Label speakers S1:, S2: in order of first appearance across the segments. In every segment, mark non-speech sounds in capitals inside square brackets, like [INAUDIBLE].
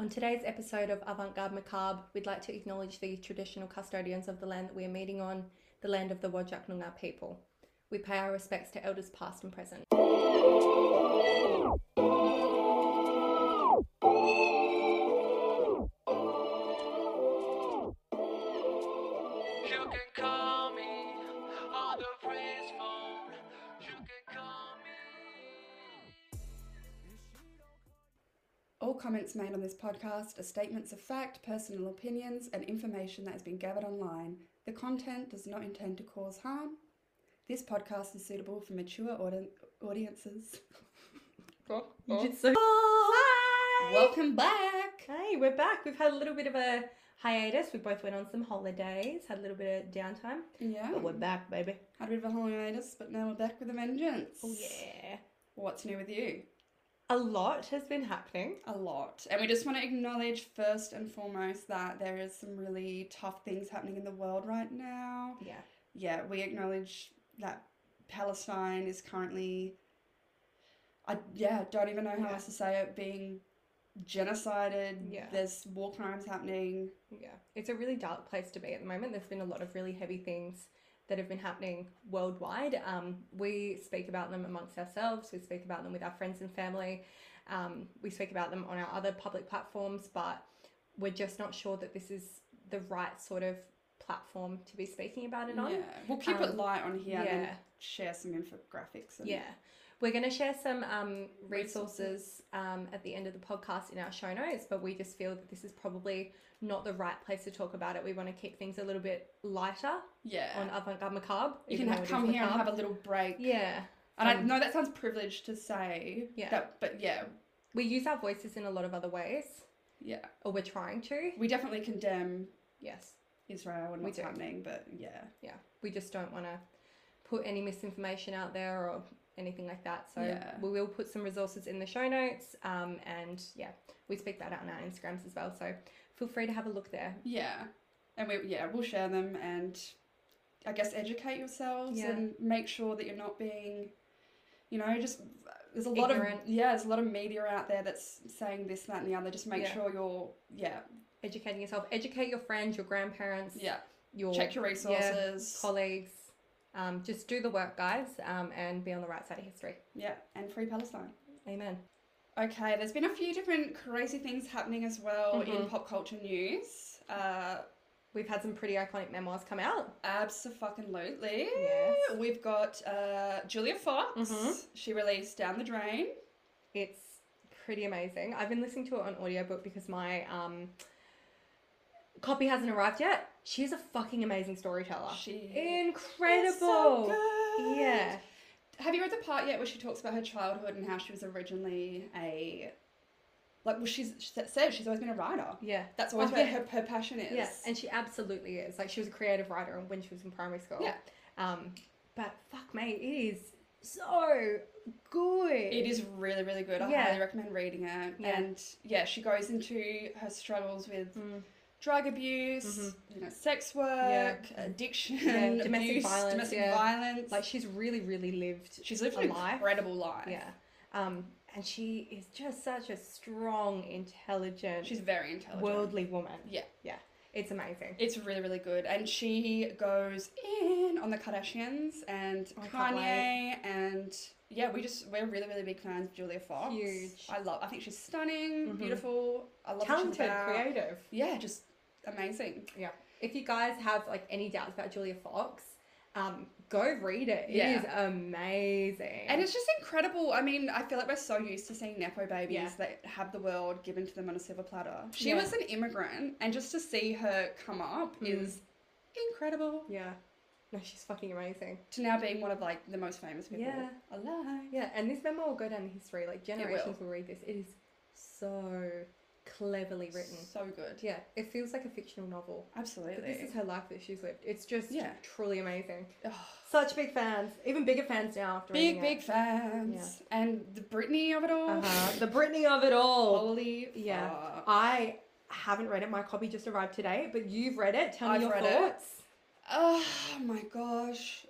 S1: On today's episode of Avant Garde Macabre, we'd like to acknowledge the traditional custodians of the land that we are meeting on, the land of the Wajak Noongar people. We pay our respects to elders past and present.
S2: You can call me on the praise phone. You can call me.
S3: All comments made on this podcast are statements of fact, personal opinions, and information that has been gathered online. The content does not intend to cause harm. This podcast is suitable for mature audi-
S1: [LAUGHS]
S3: audiences.
S1: Hi!
S3: Welcome back!
S1: Hey, we're back. We've had a little bit of a hiatus. We both went on some holidays, had a little bit of downtime.
S3: Yeah,
S1: But we're back, baby.
S3: had a bit of a hiatus, but now we're back with a vengeance.
S1: Oh, yeah.
S3: What's new with you?
S1: A lot has been happening.
S3: A lot. And we just want to acknowledge first and foremost that there is some really tough things happening in the world right now.
S1: Yeah.
S3: yeah, we acknowledge that Palestine is currently, I yeah, don't even know how
S1: Yeah.
S3: else to say it, being genocided.
S1: Yeah.
S3: There's war crimes happening.
S1: Yeah, it's a really dark place to be at the moment. There's been a lot of really heavy things that have been happening worldwide. Um, we speak about them amongst ourselves, we speak about them with our friends and family, um, we speak about them on our other public platforms, but we're just not sure that this is the right sort of platform to be speaking about it on.
S3: Yeah. We'll keep it
S1: Um,
S3: light on here and
S1: yeah.
S3: then share some infographics. And,
S1: Yeah. We're going to share some um, resources
S3: Resources.
S1: um, at the end of the podcast in our show notes, but we just feel that this is probably not the right place to talk about it. We want to keep things a little bit lighter
S3: Yeah.
S1: on Avant Garde Macabre.
S3: you
S1: even
S3: can
S1: though it
S3: ha-
S1: is
S3: come here and
S1: macabre.
S3: have a little break.
S1: Yeah.
S3: And I
S1: um,
S3: know that sounds privileged to say.
S1: Yeah.
S3: That, but yeah,
S1: We use our voices in a lot of other ways,
S3: yeah.
S1: or we're trying to.
S3: We definitely condemn
S1: Yes.
S3: Israel and
S1: We
S3: what's
S1: do.
S3: happening, but yeah.
S1: Yeah. We just don't want to put any misinformation out there or anything like that. So
S3: Yeah.
S1: we will put some resources in the show notes. Um, and yeah, we speak that out on our Instagrams as well. So feel free to have a look there.
S3: Yeah, and we yeah we'll share them and I guess educate yourselves
S1: Yeah.
S3: and make sure that you're not being, you know, just there's a lot
S1: Ignorant.
S3: of yeah there's a lot of media out there that's saying this that and the other. Just make
S1: Yeah.
S3: sure you're yeah
S1: Educating yourself, educate your friends, your grandparents,
S3: yeah
S1: your
S3: check your resources
S1: [LAUGHS]
S3: yeah,
S1: colleagues. Um, just do the work, guys, um, and be on the right side of history.
S3: and free Palestine.
S1: Amen.
S3: Okay, there's been a few different crazy things happening as well in
S1: Mhm.
S3: pop culture news. Uh,
S1: We've had some pretty iconic memoirs come out.
S3: absolutely.
S1: Yes.
S3: We've got uh, Julia Fox.
S1: Mhm.
S3: She released Down the Drain.
S1: It's pretty amazing. I've been listening to it on audiobook because my um, copy hasn't arrived yet. She's a fucking amazing storyteller.
S3: She
S1: Incredible.
S3: It's so good.
S1: Yeah.
S3: Have you read the part yet where she talks about her childhood and how she was originally a like well she's she says she's always been a writer.
S1: Yeah.
S3: That's always
S1: Oh,
S3: where
S1: yeah.
S3: her, her passion is.
S1: Yeah, and she absolutely is. Like she was a creative writer when she was in primary school.
S3: Yeah.
S1: Um, but fuck me, it is so good.
S3: it is really, really good. I
S1: Yeah.
S3: highly recommend reading it.
S1: Yeah.
S3: And yeah, she goes into her struggles with
S1: Mm. Mm-hmm.
S3: drug abuse, you know, sex work, addiction,
S1: Yeah, domestic
S3: abuse,
S1: violence,
S3: domestic
S1: yeah.
S3: violence.
S1: Like she's really, really lived.
S3: she's lived
S1: a
S3: an
S1: life.
S3: incredible life.
S1: Yeah. Um, and she is just such a strong, intelligent,
S3: She's very intelligent.
S1: worldly woman.
S3: Yeah.
S1: Yeah. It's amazing.
S3: It's really, really good. And she goes in on the Kardashians and
S1: Oh, I can't
S3: Kanye and yeah, we just we're really, really big fans of Julia Fox.
S1: Huge.
S3: I love I think she's stunning,
S1: Mhm.
S3: beautiful. I love what she's
S1: Talented,
S3: about.
S1: creative.
S3: Yeah, just amazing.
S1: Yeah. If you guys have like any doubts about Julia Fox, um, go read it. It
S3: Yeah.
S1: is amazing.
S3: And it's just incredible. I mean, I feel like we're so used to seeing Nepo babies
S1: Yeah.
S3: that have the world given to them on a silver platter. She
S1: Yeah.
S3: was an immigrant, and just to see her come up
S1: Mhm.
S3: is incredible.
S1: yeah. No, she's fucking amazing.
S3: To now being one of like the most famous people
S1: Yeah.
S3: alive.
S1: Yeah, and this memoir will go down in history. Like generations will. read this. It is so cleverly written.
S3: So good.
S1: Yeah, it feels like a fictional novel.
S3: Absolutely.
S1: But this is her life that she's lived. It's just
S3: Yeah.
S1: truly amazing.
S3: Oh,
S1: Such big fans, even bigger fans now after
S3: big,
S1: reading
S3: big
S1: it.
S3: fans. And the Britney of it all.
S1: Uh-huh. The Britney of it all.
S3: Holy
S1: Yeah.
S3: fuck.
S1: I haven't read it. My copy just arrived today, but you've read it. Tell me
S3: I've
S1: your
S3: read it.
S1: thoughts.
S3: Oh my gosh.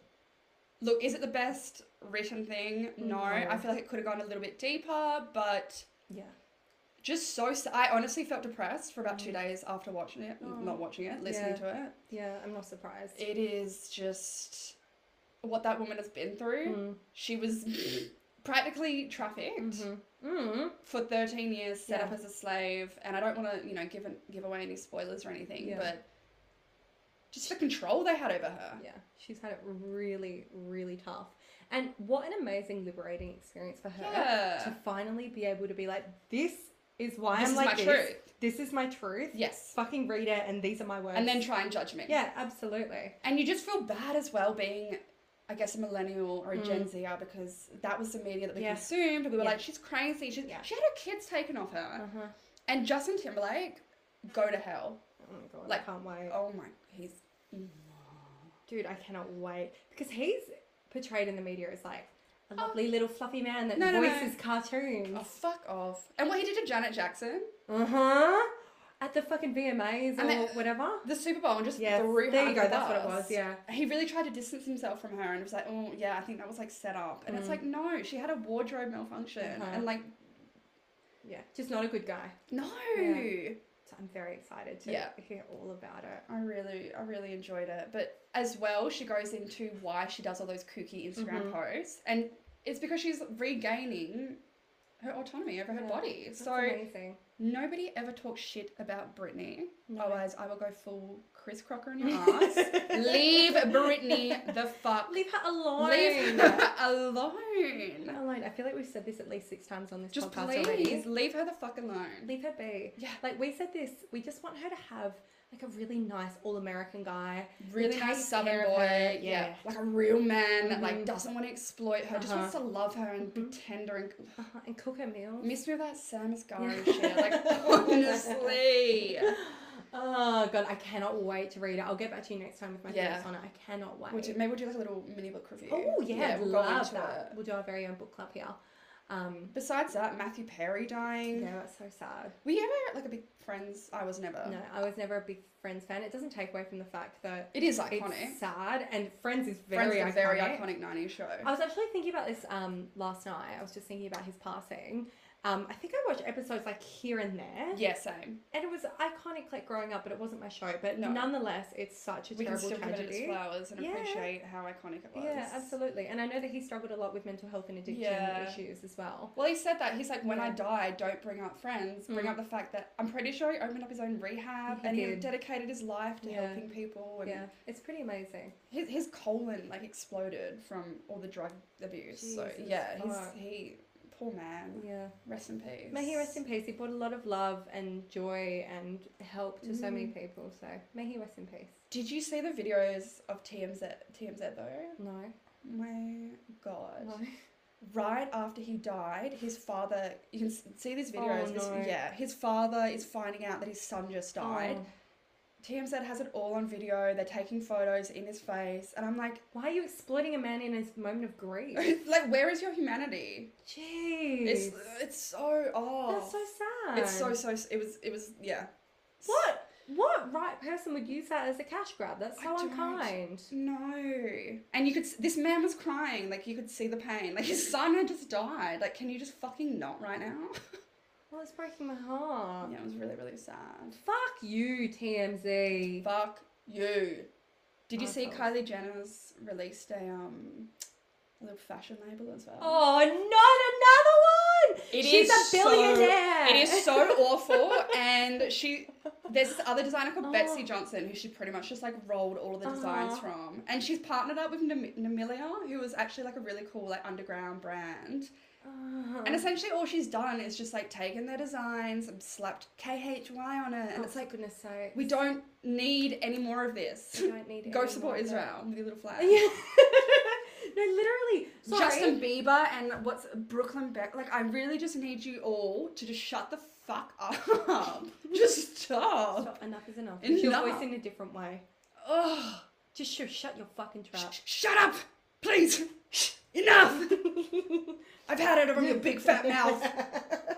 S3: Look, is it the best written thing? No.
S1: No.
S3: I feel like it could have gone a little bit deeper, but
S1: Yeah.
S3: just so s I I honestly felt depressed for about two days after watching it,
S1: Mm. Oh.
S3: not watching it, listening
S1: Yeah.
S3: to
S1: Yeah, I'm not surprised.
S3: it. It is just what that woman has been through.
S1: Mm.
S3: She was [SNIFFS] practically trafficked
S1: Mhm. Mm.
S3: for 13 years, set
S1: Yeah.
S3: up as a slave, and I don't want to, you know, give give away any spoilers or anything,
S1: Yeah.
S3: but just the control they had over her.
S1: Yeah, she's had it really, really tough. And what an amazing, liberating experience for her
S3: Yeah.
S1: to finally be able to be like, this is why
S3: This
S1: I'm
S3: is
S1: like
S3: my
S1: this.
S3: truth."
S1: This is my truth.
S3: Yes.
S1: Fucking read it, and these are my words.
S3: And then try and judge me.
S1: yeah, absolutely.
S3: And you just feel bad as well being, I guess, a millennial or a Gen Zer because that was the media that we
S1: Mm. Yeah.
S3: consumed. We were
S1: Yeah.
S3: like, she's crazy. She's,
S1: Yeah.
S3: She had her kids taken off her.
S1: Uh-huh.
S3: And Justin Timberlake, go to hell.
S1: Oh my god, I
S3: Like,
S1: can't wait,
S3: Oh my, he's.
S1: dude. I cannot wait because he's portrayed in the media as like a lovely little fluffy man that
S3: Oh. No, no, no.
S1: voices cartoons.
S3: Oh, fuck off. And what he did to Janet Jackson,
S1: Uh huh. At the fucking VMAs or
S3: And it-
S1: whatever.
S3: the Super Bowl, and just
S1: Yes,
S3: threw her
S1: there you
S3: under
S1: go,
S3: the
S1: that's what it
S3: bus.
S1: was, yeah.
S3: He really tried to distance himself from her and was like, oh, yeah, I think that was like set up. And it's like, no, she had a wardrobe malfunction.
S1: Mm. Uh-huh.
S3: And like,
S1: Yeah, just not a good guy.
S3: no.
S1: Yeah. So I'm very excited to
S3: Yeah.
S1: hear all about it.
S3: I really, I really enjoyed it. But as well, she goes into why she does all those kooky
S1: Mm-hmm.
S3: Instagram posts, and it's because she's regaining her autonomy over her
S1: Yeah,
S3: body.
S1: That's
S3: So
S1: amazing.
S3: nobody ever talks shit about Britney. Otherwise, oh, I will go full Chris
S1: [LAUGHS]
S3: Crocker in your ass. [LAUGHS] Leave Britney the fuck.
S1: Leave her alone. [LAUGHS]
S3: Leave her alone.
S1: alone. I feel like we've said this at least six times on this
S3: Just
S1: podcast
S3: please
S1: already.
S3: leave her the fuck alone.
S1: Leave her be.
S3: Yeah.
S1: Like we said this, we just want her to have like a really nice all American guy. who
S3: really
S1: takes
S3: nice southern
S1: care
S3: boy,
S1: of her.
S3: yeah. like a real man that like
S1: Mhm.
S3: doesn't want to exploit her, just
S1: Uh-huh.
S3: wants to love her and
S1: Mhm.
S3: be tender and
S1: Uh-huh, and cook her meals.
S3: miss me with that Sam Asghari
S1: Yeah.
S3: shit.
S1: [LAUGHS]
S3: Like honestly,
S1: Oh god, I cannot wait to read it. I'll get back to you next time with my
S3: Yeah.
S1: thoughts on it. I cannot wait.
S3: we'll do, maybe we'll do like a little mini book review.
S1: oh yeah, I'd
S3: we'll go
S1: love
S3: into
S1: that.
S3: it.
S1: We'll do our very own book club here. Um,
S3: Besides that, Matthew Perry dying.
S1: yeah, that's so sad.
S3: Were you ever like a big Friends? I was never.
S1: No, I was never a big Friends fan. It doesn't take away from the fact that
S3: It is
S1: it's
S3: iconic.
S1: sad and Friends is
S3: Friends
S1: very
S3: is a
S1: iconic. Oh,
S3: very iconic '90s show.
S1: I was actually thinking about this um, last night. I was just thinking about his passing. Um, I think I watched episodes like here and there,
S3: yeah, same.
S1: and it was iconic like growing up, but it wasn't my show. But
S3: No.
S1: nonetheless, it's such a
S3: We can
S1: terrible
S3: still give it its
S1: tragedy.
S3: flowers and
S1: Yeah.
S3: appreciate how iconic it was.
S1: Yeah, absolutely. And I know that he struggled a lot with mental health and addiction
S3: Yeah.
S1: issues as well.
S3: Well, he said that he's like, when I
S1: Yeah.
S3: die, don't bring up friends. Bring
S1: Mm.
S3: up the fact that I'm pretty sure he opened up his own rehab
S1: He
S3: and he
S1: did.
S3: dedicated his life to
S1: Yeah.
S3: helping people. And
S1: Yeah, it's pretty amazing.
S3: his his colon like exploded from all the drug abuse. so
S1: Jesus,
S3: yeah, he's
S1: fuck.
S3: he poor man.
S1: Yeah.
S3: Rest in peace.
S1: May he rest in peace. He brought a lot of love and joy and help to so
S3: Mm.
S1: many people. So may he rest in peace.
S3: Did you see the videos of TMZ? TMZ though.
S1: No.
S3: My God.
S1: No.
S3: Right after he died, his father. You can s- see these videos. this-
S1: Oh, no.
S3: yeah, his father is finding out that his son just died.
S1: Oh.
S3: TMZ has it all on video. They're taking photos in his face, and I'm like, [LAUGHS]
S1: Why are you exploiting a man in his moment of grief?
S3: like, where is your humanity?
S1: Jeez.
S3: It's it's so odd.
S1: That's so sad.
S3: It's so so. It was it was yeah.
S1: What? What right person would use that as a cash grab? That's
S3: I
S1: so
S3: don't-
S1: unkind.
S3: No, and you could. s- This man was crying. Like you could see the pain. Like his son had just died. Like can you just fucking not right now? [LAUGHS]
S1: Well, it's breaking my heart.
S3: yeah, it was really really sad.
S1: Fuck you, TMZ.
S3: Fuck you. Did you see
S1: Assholes.
S3: Kylie Jenner's released a um a little fashion label as well?
S1: Oh, not another one!
S3: It
S1: She's
S3: is
S1: a
S3: so-
S1: billionaire.
S3: It
S1: [LAUGHS]
S3: is so awful, and she. There's this other designer called
S1: Oh.
S3: Betsy Johnson who she pretty much just like rolled all of the designs
S1: Uh-huh.
S3: from, and she's partnered up with Nam- Namelia, who was actually like a really cool like underground brand.
S1: Oh,
S3: And essentially, all she's done is just like taken their designs and slapped KHY on it, and
S1: oh,
S3: it's
S1: for
S3: like
S1: goodness sake,
S3: we don't need any more of this.
S1: We don't need
S3: Go
S1: any
S3: support
S1: more of [LAUGHS]
S3: Israel with your little flag.
S1: that. no, literally. Sorry.
S3: Justin Bieber and what's Brooklyn Beck. Like, I really just need you all to just shut the fuck [LAUGHS] up. just stop.
S1: Stop. Enough is enough. Use Your
S3: Enough.
S1: voice in a different way.
S3: Oh,
S1: Just sh- shut your fucking trap. [LAUGHS]
S3: shut up, please. Shh, Enough. I've had it from your big [LAUGHS] fat mouth.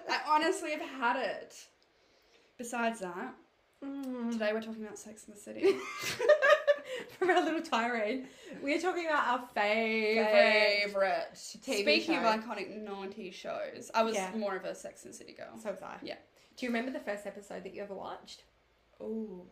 S1: [LAUGHS]
S3: I honestly have had it. Besides that,
S1: Mm.
S3: today we're talking about Sex in the City. [LAUGHS]
S1: From our little tirade, we are talking about our favorite.
S3: Favorite
S1: TV
S3: Speaking
S1: show.
S3: of iconic 90s shows, I was
S1: Yeah.
S3: more of a Sex and the City girl.
S1: So was I.
S3: Yeah.
S1: Do you remember the first episode that you ever watched?
S3: Oh,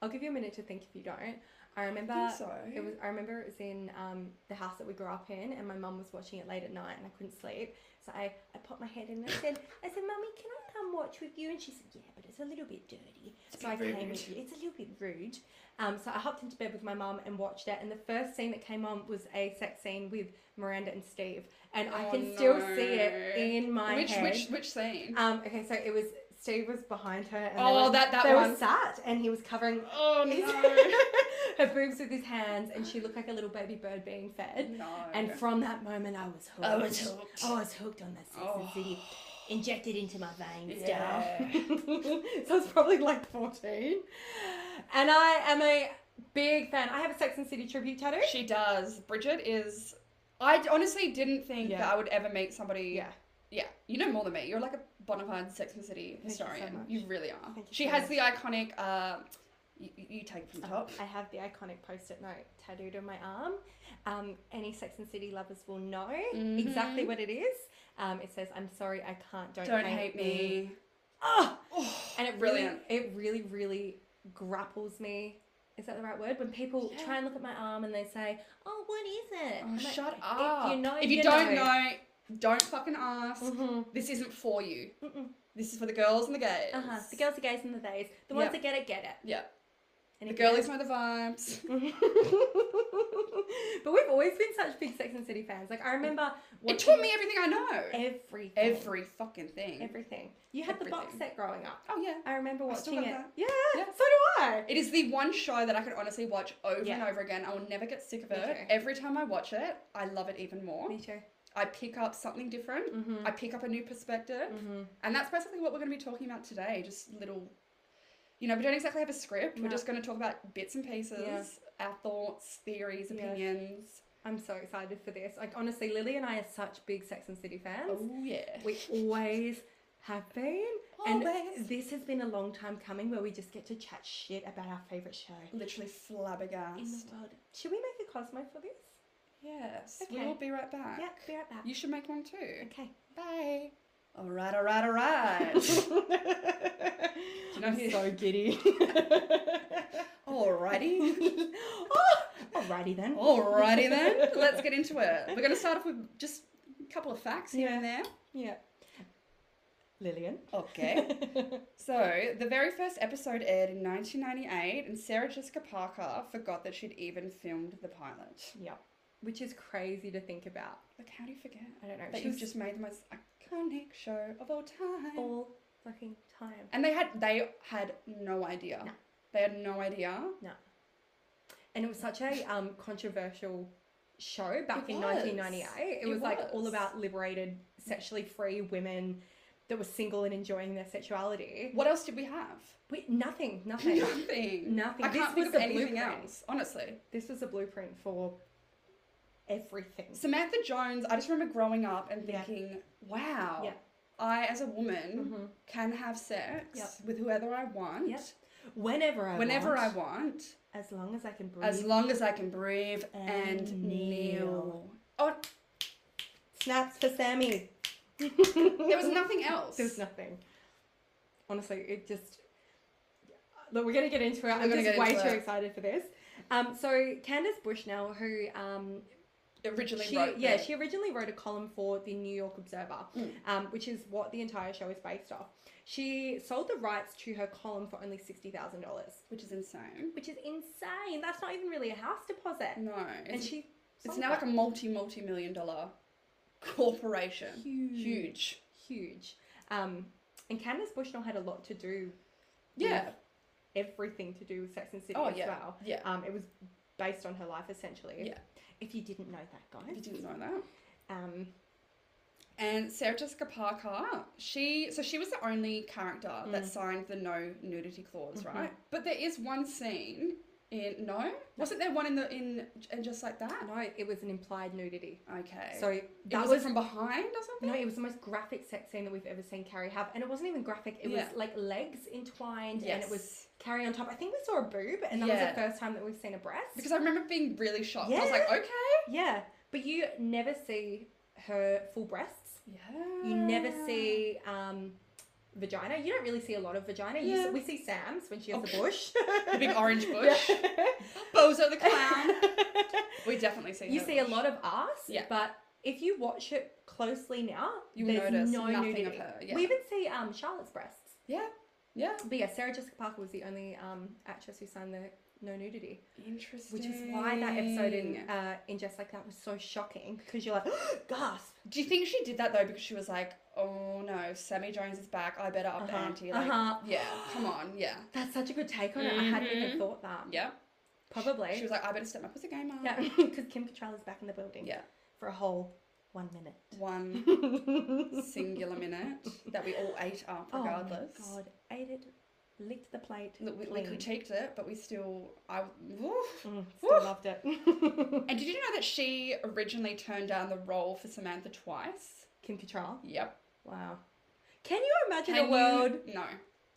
S1: I'll give you a minute to think if you don't. I remember
S3: I think so.
S1: it was. I remember it was in um, the house that we grew up in, and my mum was watching it late at night, and I couldn't sleep. So I, I popped my head in and I said, I said, "Mummy, can I come watch with you?" And she said, "Yeah, but it's a little bit dirty."
S3: It's a
S1: so I
S3: bit
S1: came with
S3: rude.
S1: you. It's a little bit rude. Um, so I hopped into bed with my mum and watched it, and the first scene that came on was a sex scene with Miranda and Steve, and I
S3: Oh,
S1: can still
S3: no.
S1: see it in my
S3: which
S1: head.
S3: which which scene?
S1: Um, okay, so it was Steve was behind her. And
S3: Oh,
S1: they were,
S3: that- that
S1: they
S3: one.
S1: were sat, and he was covering
S3: oh [LAUGHS] no,
S1: his- [LAUGHS] her boobs with his hands, and she looked like a little baby bird being
S3: [LAUGHS]
S1: fed.
S3: no.
S1: And from that moment, I was hooked.
S3: I was hooked.
S1: I was hooked on that Sex and
S3: Oh.
S1: City, injected into my veins,
S3: Yeah.
S1: doll. [LAUGHS] so I was probably like fourteen, and I am a big fan. I have a Sex and City tribute tattoo.
S3: She does. Bridget is. I d- honestly didn't think
S1: Yeah.
S3: that I would ever meet somebody.
S1: Yeah.
S3: Yeah. You know more than me. You're like a bona fide Sex and the City
S1: you so
S3: historian.
S1: much.
S3: You, really are.
S1: Thank you
S3: she
S1: so
S3: has
S1: much.
S3: the iconic. Uh, you, you take it from the top.
S1: I have the iconic post-it note tattooed on my arm. Um, any Sex and City lovers will know exactly what it is. Um, it says, "I'm sorry, I can't. Don't,
S3: Mm-hmm. Don't hate me.
S1: Oh,
S3: Oh,
S1: and it
S3: Brilliant.
S1: really, it really, really grapples me. Is that the right word? When people
S3: Yeah.
S1: try and look at my arm and they say, "Oh, what is it?"
S3: oh,
S1: I'm like,
S3: shut up.
S1: you know,
S3: if you,
S1: you
S3: don't
S1: know.
S3: know, don't fucking ask.
S1: Mhm.
S3: This isn't for you.
S1: Mm-mm.
S3: This is for the girls and the gays.
S1: Uh-huh. The girls are gays and the theys. The ones
S3: Yeah.
S1: that get it, get it.
S3: Yeah.
S1: And
S3: The
S1: if you don't-
S3: girlies know the vibes.
S1: [LAUGHS] but we've always been such big Sex and City fans. Like I remember
S3: It
S1: watching
S3: taught me everything I know.
S1: everything.
S3: Every fucking thing.
S1: Everything. You had the box
S3: Everything.
S1: set growing up.
S3: oh yeah.
S1: I remember
S3: I
S1: watching
S3: still
S1: it.
S3: got that.
S1: Yeah,
S3: Yeah.
S1: so do I.
S3: It is the one show that I could honestly watch over and
S1: Yeah.
S3: over again. I will never get sick of
S1: Me
S3: it.
S1: too.
S3: Every time I watch it, I love it even more.
S1: Me too.
S3: I pick up something different.
S1: Mhm.
S3: I pick up a new perspective.
S1: Mhm.
S3: And that's basically what we're going to be talking about today. Just little, you know, we don't exactly have a script. We're
S1: No.
S3: just going to talk about bits and pieces, our thoughts, theories,
S1: Yes.
S3: opinions.
S1: I'm so excited for this. Like honestly, Lily and I are such big Sex and City fans.
S3: Oh, yeah.
S1: We always have been.
S3: Always.
S1: And this has been a long time coming where we just get to chat shit about our favourite show.
S3: Literally
S1: In the
S3: flabbergasted.
S1: world. Should we make a Cosmo for this?
S3: Yes. We
S1: Okay.
S3: will be right back.
S1: Yeah, be right back.
S3: You should make one too.
S1: Okay.
S3: Bye. All right, all right, all right.
S1: [LAUGHS]
S3: you know who-
S1: I'm so [LAUGHS] giddy.
S3: Alrighty.
S1: [LAUGHS] Oh, Alrighty then.
S3: Alrighty then, let's get into it. We're going to start off with just a couple of facts here and there.
S1: [LAUGHS] Yeah. Lillian.
S3: Okay. So, the very first episode aired in 1998, and Sarah Jessica Parker forgot that she'd even filmed the pilot.
S1: [LAUGHS] yeah. Which is crazy to think about.
S3: Like, how do you forget?
S1: I don't know.
S3: That
S1: she
S3: you've
S1: was
S3: just made the most iconic show of all time.
S1: all fucking time.
S3: And they had they had no idea.
S1: No.
S3: They had no idea.
S1: And it was such a um, controversial show back
S3: It
S1: in
S3: was.
S1: 1998. It,
S3: It
S1: was, like all
S3: was.
S1: about liberated, sexually free women that were single and enjoying their sexuality.
S3: What else did we have?
S1: Wait, nothing, nothing.
S3: Nothing.
S1: Nothing.
S3: I
S1: This
S3: can't
S1: was
S3: think of
S1: the
S3: anything
S1: blueprint.
S3: else, honestly.
S1: This was a blueprint for everything.
S3: Samantha Jones, I just remember growing up and
S1: Yeah.
S3: thinking, wow,
S1: Yeah.
S3: I as a woman
S1: Mhm.
S3: can have sex
S1: Yep.
S3: with whoever I want,
S1: Yep. Whenever I
S3: whenever
S1: want,
S3: I want,
S1: as long as I can breathe.
S3: as long as I can breathe and,
S1: And
S3: kneel.
S1: kneel.
S3: Oh,
S1: Snaps for Sammy. there
S3: there was nothing else.
S1: There was nothing. Honestly, it just. Look, we're going to get into it.
S3: We're
S1: I'm
S3: gonna
S1: just
S3: get
S1: way
S3: into
S1: too
S3: it.
S1: excited for this. Um, so Candace Bushnell, who um,
S3: Originally
S1: she,
S3: wrote.
S1: yeah,
S3: that.
S1: she originally wrote a column for the New York Observer,
S3: Mm.
S1: um, which is what the entire show is based off. She sold the rights to her column for only sixty thousand dollars,
S3: which is insane.
S1: which is insane. That's not even really a house deposit,
S3: No,
S1: and
S3: it's,
S1: she
S3: it's
S1: sold
S3: now
S1: that.
S3: like a multi multi million dollar corporation.
S1: huge,
S3: Huge.
S1: huge. Um, and Candace Bushnell had a lot to do
S3: Yeah.
S1: everything to do with Sex and City
S3: Oh
S1: as
S3: yeah.
S1: well.
S3: Yeah.
S1: Um, it was based on her life essentially.
S3: Yeah.
S1: If you didn't know that,
S3: You
S1: guys.
S3: didn't know that.
S1: Um,
S3: And Sarah Jessica Parker, she so she was the only character that
S1: Mm.
S3: signed the no nudity clause,
S1: Mhm.
S3: right? But there is one scene in no, wasn't there one in the in and just like that?
S1: no, it was an implied nudity.
S3: Okay,
S1: So
S3: that
S1: that
S3: was,
S1: was
S3: it from behind or something.
S1: No, it was the most graphic sex scene that we've ever seen Carrie have, and it wasn't even graphic. It
S3: Yeah.
S1: was like legs entwined, and it was
S3: Yes.
S1: Carrie on top. I think we saw a boob, and that
S3: Yeah.
S1: was the first time that we've seen a breast.
S3: because I remember being really shocked. I was like, okay,
S1: yeah, but you never see her full breasts.
S3: yeah,
S1: You never see um, vagina. You don't really see a lot of vagina. You
S3: Yeah.
S1: s- we see Sam's when she has
S3: Okay.
S1: the bush.
S3: [LAUGHS] The big orange
S1: Yeah. [LAUGHS]
S3: bush. Bozo the clown. We definitely see
S1: you
S3: her
S1: see a
S3: bush.
S1: lot of ass,
S3: Yeah.
S1: but if you watch it closely now,
S3: You
S1: there's
S3: notice
S1: no
S3: nothing
S1: nudity.
S3: of her, yeah.
S1: We even see um, Charlotte's breasts.
S3: Yeah. Yeah.
S1: But yeah, Sarah Jessica Parker was the only um, actress who signed the no nudity,
S3: Interesting.
S1: which is why that episode in uh, in Just Like That was so shocking because you're like, [GASPS] gasp.
S3: Do you think she did that though because she was like, oh no, Sammy Jones is back. I better up the
S1: Uh-huh,
S3: ante. Like,
S1: uh-huh.
S3: yeah, come on, yeah,
S1: That's such a good take on it. I hadn't even
S3: Mhm.
S1: thought that.
S3: yeah.
S1: Probably.
S3: She was like, I better step my pussy game up.
S1: yeah, because Kim Cattrall is back in the building
S3: Yeah.
S1: for a whole one
S3: [LAUGHS]
S1: minute. [LAUGHS]
S3: One singular minute that we all ate up,
S1: Oh my
S3: regardless.
S1: God, ate it, licked the plate.
S3: Look, we, we
S1: clean.
S3: critiqued it, but we still, I, woof.
S1: Mm,
S3: Woof.
S1: still loved it.
S3: [LAUGHS] And did you know that she originally turned down the role for Samantha twice?
S1: Kim Cattrall.
S3: Yep.
S1: Wow. Can you imagine
S3: Can
S1: a
S3: you-
S1: world?
S3: No,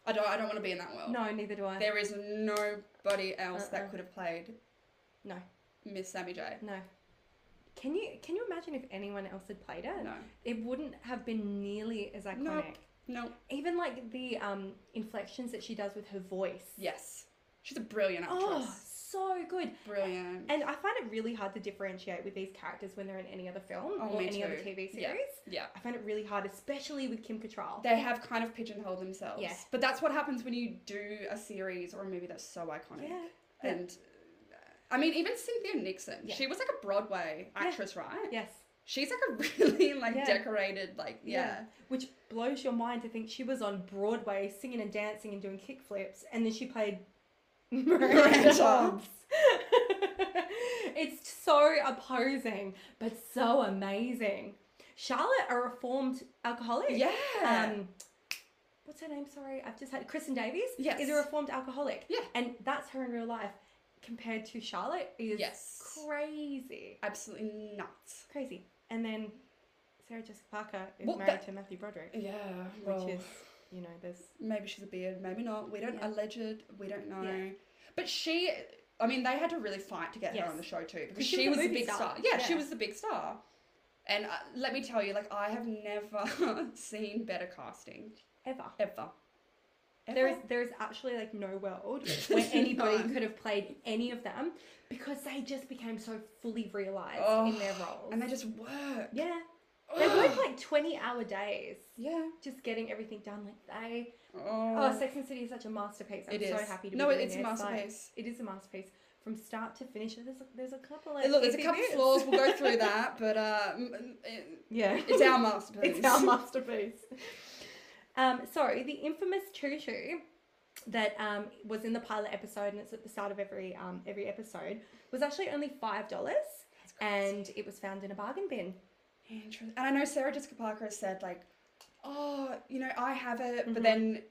S3: I don't. I don't want to be in that world.
S1: No, neither do I.
S3: There is nobody else
S1: Uh-uh.
S3: that could have played
S1: No,
S3: Miss Sammy J.
S1: no. Can you can you imagine if anyone else had played it?
S3: No,
S1: It wouldn't have been nearly as iconic.
S3: no.
S1: Even like the um, inflections that she does with her voice.
S3: Yes, she's a brilliant actress.
S1: Oh, so good.
S3: Brilliant.
S1: And I find it really hard to differentiate with these characters when they're in any other film
S3: Oh,
S1: or
S3: me
S1: any other
S3: too.
S1: TV series.
S3: Yeah. yeah.
S1: I find it really hard, especially with Kim Cattrall.
S3: They have kind of pigeonholed themselves.
S1: Yeah.
S3: But that's what happens when you do a series or a movie that's so iconic.
S1: yeah.
S3: And uh, I mean, even Cynthia Nixon,
S1: Yeah.
S3: she was like a Broadway
S1: Yeah.
S3: actress, right?
S1: Yes.
S3: She's like a [LAUGHS] really like
S1: Yeah.
S3: decorated, like yeah.
S1: Which blows your mind to think she was on Broadway singing and dancing and doing kickflips, and then she played Miranda
S3: Miranda. [LAUGHS]
S1: Hobbs. it's so opposing, but so amazing. Charlotte, a reformed alcoholic.
S3: Yeah.
S1: Um, what's her name? Sorry, I've just had Kristen Davies.
S3: Yes.
S1: Is a reformed alcoholic.
S3: Yeah.
S1: And that's her in real life. Compared to Charlotte, is
S3: Yes.
S1: crazy,
S3: Absolutely nuts.
S1: crazy. And then Sarah Jessica Parker is
S3: Well,
S1: married
S3: that-
S1: to Matthew Broderick
S3: Yeah.
S1: which
S3: well.
S1: is you know there's
S3: maybe she's a beard, maybe not. We don't
S1: Yeah.
S3: alleged. We don't know.
S1: Yeah.
S3: But she, I mean, they had to really fight to get
S1: Yes.
S3: her on the show too because
S1: Because she
S3: she
S1: was
S3: was
S1: a
S3: the
S1: movie
S3: big star.
S1: star.
S3: Yeah, she
S1: Yeah.
S3: was the big star. And uh, let me tell you, like I have never [LAUGHS] seen better casting
S1: ever.
S3: ever. ever.
S1: There is there is actually like no world
S3: [LAUGHS]
S1: where anybody
S3: None.
S1: could have played any of them because they just became so fully realized in their
S3: Oh,
S1: roles.
S3: and they just work.
S1: yeah, they work like twenty hour days
S3: [GASPS] yeah.
S1: just getting everything done. Like they
S3: Oh,
S1: oh, Sex and City is such a masterpiece. I'm
S3: It
S1: so
S3: is.
S1: happy to
S3: No,
S1: be
S3: it-
S1: doing
S3: it's a
S1: this. Like,
S3: masterpiece.
S1: it is a masterpiece from start to finish. There's a, there's a couple like
S3: Hey, Oh, look, there's a
S1: iffy
S3: couple
S1: bits.
S3: flaws. We'll go
S1: [LAUGHS]
S3: through that, but uh, m- m- it-
S1: yeah, [LAUGHS]
S3: it's our masterpiece.
S1: It's our
S3: [LAUGHS]
S1: masterpiece. Um, sorry, the infamous choo choo that um, was in the pilot episode and it's at the start of every um, every episode was actually only five dollars, and it was found in a bargain bin.
S3: Interesting. And I know Sarah Jessica Parker has said like, oh, you know, I have it,
S1: Mm-hmm.
S3: but then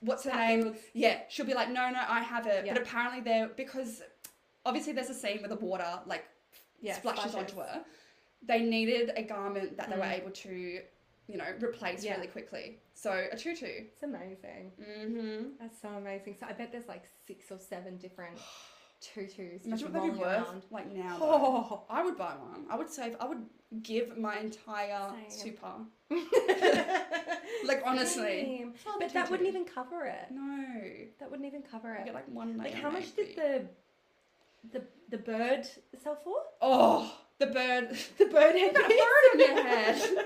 S3: what's her
S1: Pat
S3: name?
S1: Fields.
S3: Yeah, she'll be like, no, no, I have it.
S1: Yeah.
S3: But apparently they're because obviously there's a scene where the water like
S1: Yeah,
S3: splashes,
S1: splashes.
S3: onto her. They needed a garment that they were
S1: Mm.
S3: able to, you know, replace
S1: Yeah.
S3: really quickly. So a tutu.
S1: It's amazing.
S3: Mm-hmm.
S1: That's so amazing. So I bet there's like six or seven
S3: [SIGHS]
S1: different tutus. just
S3: Imagine what that'd be
S1: rolling
S3: worth
S1: around.
S3: like now. though.
S1: Oh.
S3: I would buy one. I would save. I would give my entire
S1: Same.
S3: super. [LAUGHS] Like honestly,
S1: Same.
S3: Oh,
S1: But
S3: the
S1: that wouldn't
S3: tutu.
S1: even cover it.
S3: no.
S1: That wouldn't even cover
S3: You
S1: it.
S3: get like one
S1: Like
S3: layer,
S1: how much
S3: maybe.
S1: did the the the bird sell
S3: [LAUGHS]
S1: for?
S3: Oh, the bird. [LAUGHS] The bird had got a bird on your head. [LAUGHS]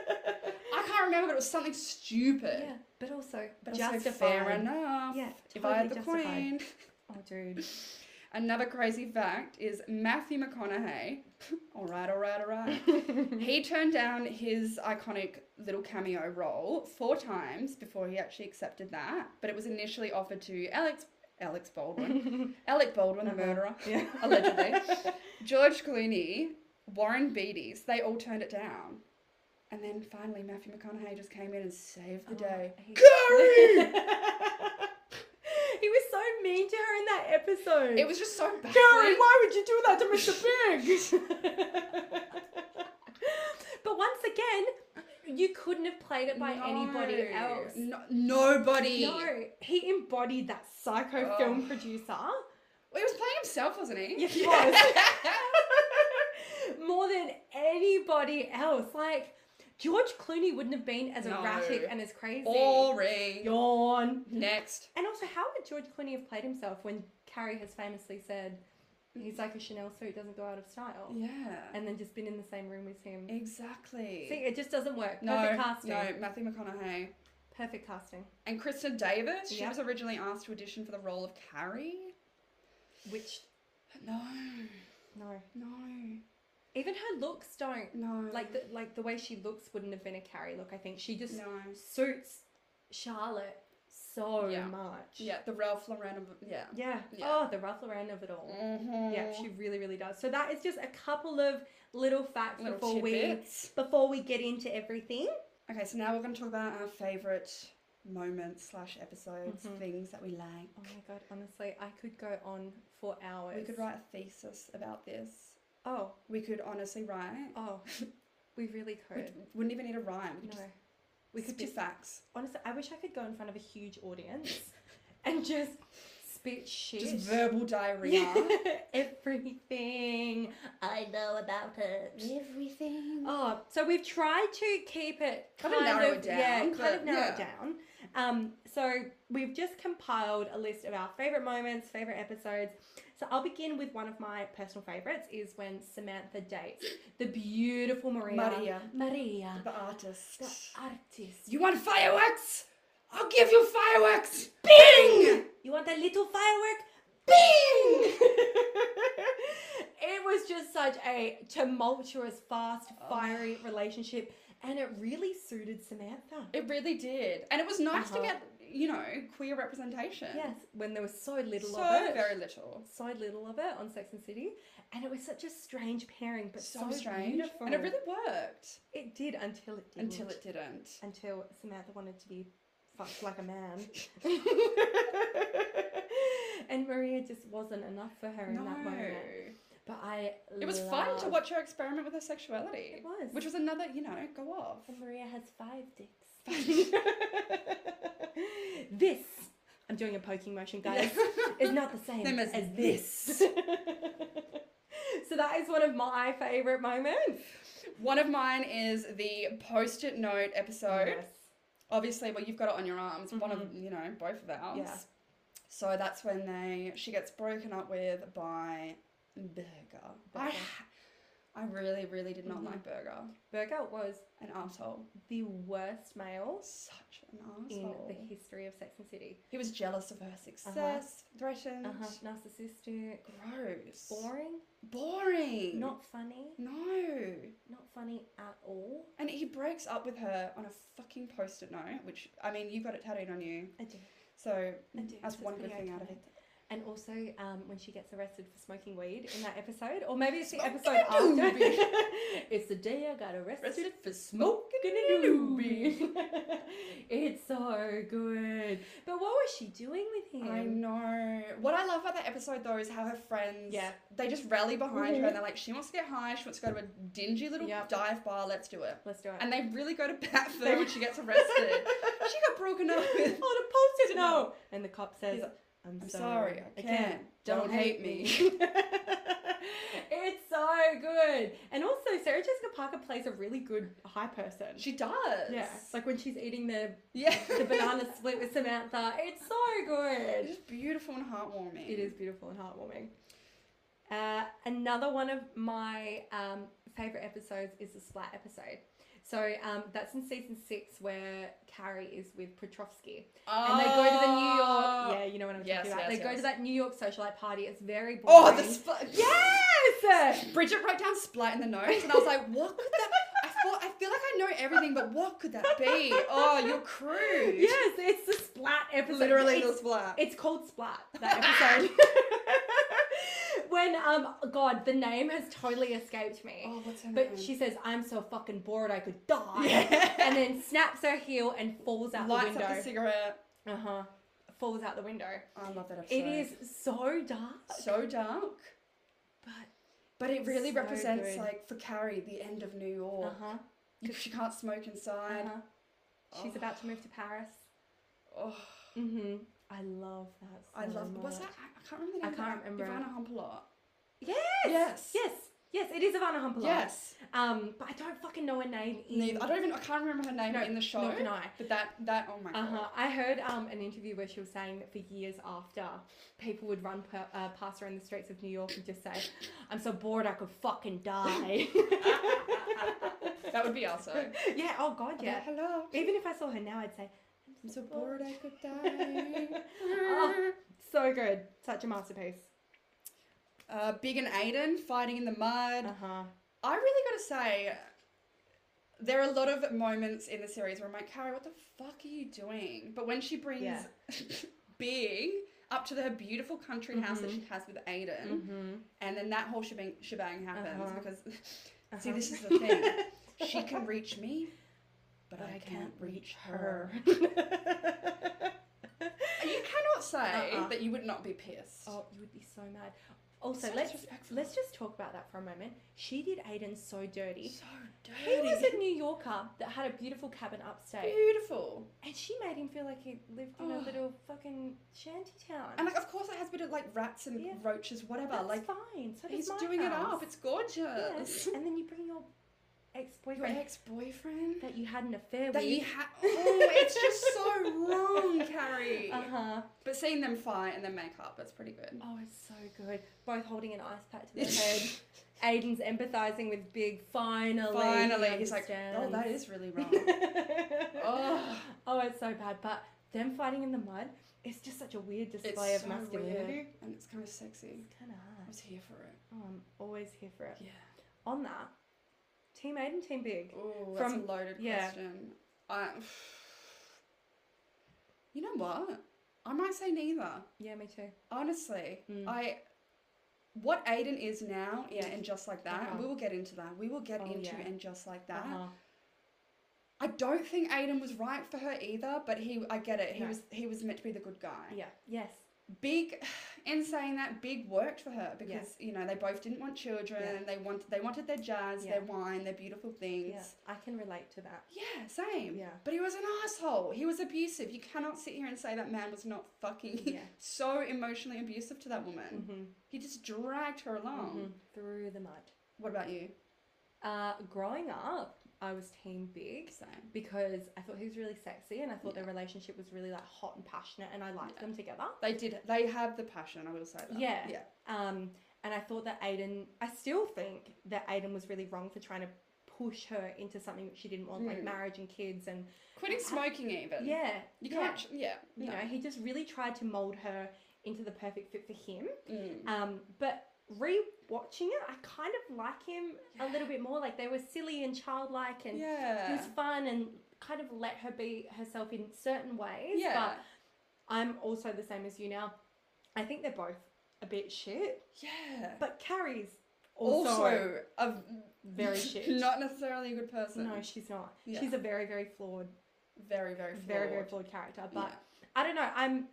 S3: I can't remember, but it was something stupid.
S1: [LAUGHS] Yeah, but also
S3: But
S1: justified.
S3: also fair enough.
S1: Yeah,
S3: if I had the
S1: totally justified.
S3: coin.
S1: Oh, dude.
S3: Another crazy fact is Matthew McConaughey. [LAUGHS] all right, all right,
S1: [LAUGHS]
S3: all right.
S1: Oh,
S3: he turned down his iconic little cameo role four times before he actually accepted that. But it was initially offered to Alex Alex
S1: [LAUGHS]
S3: [LAUGHS] Baldwin, Alec Baldwin, the
S1: Uh-huh.
S3: murderer,
S1: Yeah. [LAUGHS] Oh,
S3: allegedly. George Clooney, Warren Beatty, so they all turned it down. And then finally, Matthew McConaughey just came in and saved the
S1: Oh,
S3: day.
S1: he- [LAUGHS]
S3: Gary!
S1: he was so mean to her in that episode.
S3: it was just so bad.
S1: why would you do that to Mr.
S3: [LAUGHS]
S1: Big? [LAUGHS] but once again, you couldn't have played it by anybody else.
S3: No, nobody.
S1: No, he embodied that psycho
S3: Oh.
S1: film producer.
S3: Well, he was playing himself, wasn't he? [LAUGHS]
S1: Yes, he was. More than anybody else. Like, George Clooney wouldn't have been as
S3: No.
S1: erratic and as crazy.
S3: Boring.
S1: Yawn.
S3: Next.
S1: And also, how would George Clooney have played himself when Carrie has famously said, he's like a Chanel suit, doesn't go out of style?
S3: Yeah.
S1: And then just been in the same room with him.
S3: exactly.
S1: See, it just doesn't work.
S3: no,
S1: Perfect casting.
S3: no, Matthew McConaughey.
S1: Perfect casting.
S3: And Kristen Davis, she
S1: Yep.
S3: was originally asked to audition for the role of Carrie.
S1: Which,
S3: But no,
S1: no.
S3: no,
S1: Even her looks don't.
S3: no.
S1: Like the, like the way she looks wouldn't have been a Carrie look, I think. She just
S3: no.
S1: suits Charlotte so
S3: Yeah.
S1: much.
S3: Yeah, the Ralph Lauren of yeah.
S1: Yeah.
S3: Yeah.
S1: Oh, the Ralph Lauren of it all.
S3: Mm-hmm.
S1: Yeah, she really, really does. So that is just a couple of little facts
S3: Little
S1: before
S3: tidbits.
S1: we before we get into everything.
S3: Okay, so now we're going to talk about our favorite moments slash episodes,
S1: Mhm.
S3: things that we like.
S1: Oh my god, honestly, I could go on for hours.
S3: we could write a thesis about this.
S1: Oh,
S3: We could honestly write.
S1: oh, we really
S3: We
S1: could.
S3: wouldn't even need a rhyme. We could
S1: No,
S3: just
S1: we could
S3: spit
S1: just
S3: facts.
S1: honestly. I wish I could go in front of a huge audience and just spit shit.
S3: Just verbal diarrhea. [LAUGHS]
S1: Yeah. everything I know about it.
S3: Everything.
S1: Oh, so we've tried to keep it
S3: Kind of narrow it down,
S1: yeah, kind
S3: but
S1: of narrow it
S3: yeah.
S1: down. Um, so we've just compiled a list of our favorite moments, favorite episodes. So I'll begin with one of my personal favorites is when Samantha dates the beautiful Maria.
S3: Maria.
S1: Maria,
S3: The artist.
S1: the artist.
S3: You want fireworks? I'll give you fireworks. Bing!
S1: You want that little firework? Bing! [LAUGHS] it was just such a tumultuous, fast,
S3: Oh.
S1: fiery relationship, and it really suited Samantha.
S3: It really did. And it was nice to
S1: Uh-huh.
S3: get, you know, queer representation.
S1: Yes, when there was so little
S3: So
S1: of it.
S3: very little.
S1: so little of it on Sex and City, and it was such a strange pairing, but so,
S3: so, strange.
S1: beautiful.
S3: And it really worked
S1: it did until it didn't.
S3: until it didn't.
S1: until Samantha wanted to be fucked like a man,
S3: [LAUGHS]
S1: [LAUGHS] and Maria just wasn't enough for her in
S3: No.
S1: that moment. But I.
S3: It was fun to
S1: love-
S3: watch her experiment with her sexuality.
S1: It was. Oh
S3: Which was another, you know, go off. [LAUGHS]
S1: And Maria has five dicks. this. I'm doing a poking motion, guys. It's not the same
S3: Same
S1: as,
S3: as
S1: this. [LAUGHS] so that is one of my favorite moments.
S3: [LAUGHS] One of mine is the post-it note episode.
S1: Yes. Mm-hmm.
S3: Obviously, well, you've got it on your arms. One of, you know, both of ours.
S1: Yeah.
S3: So that's when they she gets broken up with by Burger. I,
S1: Burger.
S3: I really, really did not
S1: Mhm.
S3: like Burger.
S1: Virgo was
S3: An asshole.
S1: the worst male
S3: Such an
S1: in
S3: asshole.
S1: the history of Sex and City.
S3: He was jealous of her success, threatened.
S1: Uh-huh. Narcissistic,
S3: Gross.
S1: boring,
S3: Boring.
S1: not funny,
S3: No.
S1: not funny at all.
S3: And he breaks up with her on a fucking post-it note, which I mean, you got it tattooed on you,
S1: I do.
S3: so
S1: I do,
S3: that's
S1: so it's
S3: one good
S1: pretty
S3: thing out of it.
S1: iconic. And also, um, when she gets arrested for smoking weed in that episode, or maybe it's the
S3: Smoking
S1: episode
S3: a
S1: after. [LAUGHS]
S3: doobie.
S1: it's the day I got arrested,
S3: Arrested
S1: for smoking a doobie. [LAUGHS] it's so good. But what was she doing with him?
S3: I know. What I love about that episode though is how her friends,
S1: Yeah.
S3: they just rally behind her
S1: Mhm.
S3: and they're like, she wants to get high, she wants to go to a dingy little
S1: Yep.
S3: dive bar, let's do it.
S1: Let's do it.
S3: And they really go to bat for her when she gets arrested.
S1: [LAUGHS]
S3: she got broken up with.
S1: on a post-it
S3: No.
S1: note. And the cop says,
S3: He's like,
S1: I'm,
S3: I'm
S1: sorry,
S3: sorry, I can't. Don't hate me."
S1: [LAUGHS]
S3: [LAUGHS]
S1: it's so good. And also, Sarah Jessica Parker plays a really good high person.
S3: She does.
S1: yeah, like when she's eating the
S3: Yeah.
S1: the banana
S3: [LAUGHS]
S1: split with Samantha. It's so good.
S3: It's beautiful and heartwarming.
S1: It is beautiful and heartwarming. Uh, another one of my um, favorite episodes is the Splat episode. So um, that's in season six where Carrie is with Petrovsky. And they go to the New
S3: Oh.
S1: York. Yeah, you know what I'm
S3: Yes,
S1: talking about.
S3: yes,
S1: they go to
S3: yes.
S1: that New York socialite party. It's very boring.
S3: Oh, the splat.
S1: yes!
S3: Bridget wrote down splat in the notes, and I was like, what could that? I thought I feel like I know everything, but what could that be? Oh, you're crude.
S1: Yes, it's the Splat episode.
S3: literally
S1: It's-
S3: the splat.
S1: It's called Splat, that
S3: [LAUGHS]
S1: episode. [LAUGHS] when, um, God, the name has totally escaped me.
S3: oh, what's her
S1: But
S3: name?
S1: she says, I'm so fucking bored I could die.
S3: Yeah.
S1: [LAUGHS] And then snaps her heel and falls out
S3: lights
S1: the
S3: up the
S1: window.
S3: cigarette.
S1: Uh huh. Falls out the window.
S3: I love that episode.
S1: It is so dark,
S3: so dark,
S1: but
S3: but it really
S1: So
S3: represents
S1: good.
S3: like for Carrie the end of New
S1: uh
S3: York.
S1: huh.
S3: You- She can't smoke inside.
S1: Uh-huh. She's
S3: Oh.
S1: about to move to Paris.
S3: Oh,
S1: Mm-hmm. I love that.
S3: I
S1: so
S3: love.
S1: Much.
S3: What's that? I I can't remember. The
S1: I
S3: name of
S1: can't
S3: that.
S1: remember.
S3: Ivana Humplot.
S1: Yes.
S3: Yes.
S1: Yes. Yes, it is Ivana Humpelot.
S3: Yes.
S1: Um, but I don't fucking know her name. in-
S3: Neither. I don't even. I can't remember her name in the show.
S1: Nor can I.
S3: But that that oh my
S1: Uh
S3: god.
S1: huh. I heard um, an interview where she was saying that for years after, people would run per, uh, past her in the streets of New York and just say, "I'm so bored, I could fucking die." [LAUGHS]
S3: That would be [LAUGHS] also.
S1: yeah. Oh God. Yeah.
S3: hello.
S1: Even if I saw her now, I'd say, [LAUGHS]
S3: I'm so bored I could [LAUGHS] die.
S1: Oh. "So good, such a masterpiece."
S3: uh, Big and Aiden fighting in the mud.
S1: Uh huh.
S3: I really gotta say, there are a lot of moments in the series where I'm like, Carrie, what the fuck are you doing? But when she brings
S1: Yeah.
S3: [LAUGHS] Big up to the, her beautiful country house that she has with Aiden,
S1: Mm-hmm.
S3: and then that whole shebang, shebang happens
S1: Uh-huh.
S3: because, [LAUGHS] see,
S1: Uh-huh.
S3: this is the thing.
S1: [LAUGHS]
S3: she can reach me, but, I, can't reach her.
S1: [LAUGHS]
S3: You cannot say
S1: Uh-uh.
S3: that you would not be pissed.
S1: oh, you would be so mad. Also,
S3: So
S1: let's
S3: disrespectful.
S1: let's just talk about that for a moment. She did Aiden so dirty.
S3: so
S1: He
S3: dirty.
S1: was a New Yorker that had a beautiful cabin upstate.
S3: beautiful.
S1: And she made him feel like he lived in a
S3: Oh.
S1: little fucking shanty town.
S3: And like, of course, it has a bit of like rats and
S1: Yeah.
S3: roaches, whatever.
S1: that's
S3: like,
S1: fine. So does
S3: he's
S1: my
S3: doing it
S1: house.
S3: up. It's [LAUGHS] gorgeous.
S1: Yeah. And then you bring your
S3: Your
S1: ex-boyfriend
S3: ex-boyfriend
S1: that you had an affair
S3: that
S1: with. [LAUGHS]
S3: you ha Oh, it's just so wrong,
S1: [LAUGHS]
S3: Carrie.
S1: Uh huh.
S3: But seeing them fight and then make up, that's pretty good.
S1: Oh, it's so good. Both holding an ice pack to
S3: [LAUGHS]
S1: their head. Aiden's empathizing with Big. Finally, he
S3: Finally, he's like, oh,
S1: understands."
S3: that is
S1: [LAUGHS]
S3: really wrong.
S1: oh.
S3: Oh.
S1: it's so bad. But them fighting in the mud is just such a weird
S3: it's
S1: display
S3: so
S1: of masculinity.
S3: weird, and it's kind of sexy.
S1: It's kind of
S3: I
S1: hard.
S3: was here for it.
S1: Oh, I'm always here for it.
S3: Yeah.
S1: On that, Team Aiden, Team Big.
S3: Oh, that's
S1: From-
S3: a loaded
S1: yeah.
S3: question. I. [SIGHS] You know what? I might say neither.
S1: Yeah, me too.
S3: Honestly,
S1: Mm.
S3: I what Aiden is now in
S1: Yeah.
S3: and just like that, and
S1: Uh-huh.
S3: we will get into that. We will get
S1: Oh,
S3: into
S1: yeah.
S3: and just like that.
S1: Uh-huh.
S3: I don't think Aiden was right for her either, but he I get it. He
S1: No.
S3: was he was meant to be the good guy.
S1: Yeah. Yes.
S3: Big [SIGHS] in saying that, Big worked for her because you know they both didn't want children.
S1: Yeah.
S3: They want they wanted their jazz,
S1: Yeah.
S3: their wine, their beautiful things.
S1: Yeah. I can relate to that.
S3: Yeah, same.
S1: Yeah.
S3: But he was an asshole. He was abusive. You cannot sit here and say that man was not fucking
S1: Yeah.
S3: [LAUGHS]
S1: Mm.
S3: so emotionally abusive to that woman. He just dragged her along.
S1: Mhm. Mm-hmm. Through the mud.
S3: What about you?
S1: Uh, growing up, I was Team Big
S3: Same.
S1: because I thought he was really sexy and I thought their relationship was really like hot and passionate and I liked
S3: Yeah.
S1: them together.
S3: They did. They have the passion. I will say that.
S1: Yeah.
S3: Yeah.
S1: Um, and I thought that Aiden, I still think that Aiden was really wrong for trying to push her into something that she didn't want, like
S3: Mm.
S1: marriage and kids and
S3: Quitting smoking even.
S1: Uh, yeah.
S3: You
S1: yeah.
S3: can't. ch- Yeah.
S1: you know, he just really tried to mold her into the perfect fit for him.
S3: Mm.
S1: Um, but re-watching it, I kind of like him a little bit more. Like they were silly and childlike, and he
S3: Yeah.
S1: was fun and kind of let her be herself in certain ways.
S3: Yeah.
S1: But I'm also the same as you now. I think they're both a bit shit,
S3: Yeah.
S1: but Carrie's also,
S3: also, a [LAUGHS]
S1: very shit.
S3: Not necessarily a good person.
S1: no, she's not.
S3: Yeah.
S1: She's a very, very flawed,
S3: very, very, flawed.
S1: very, very flawed character. But I don't know. I'm,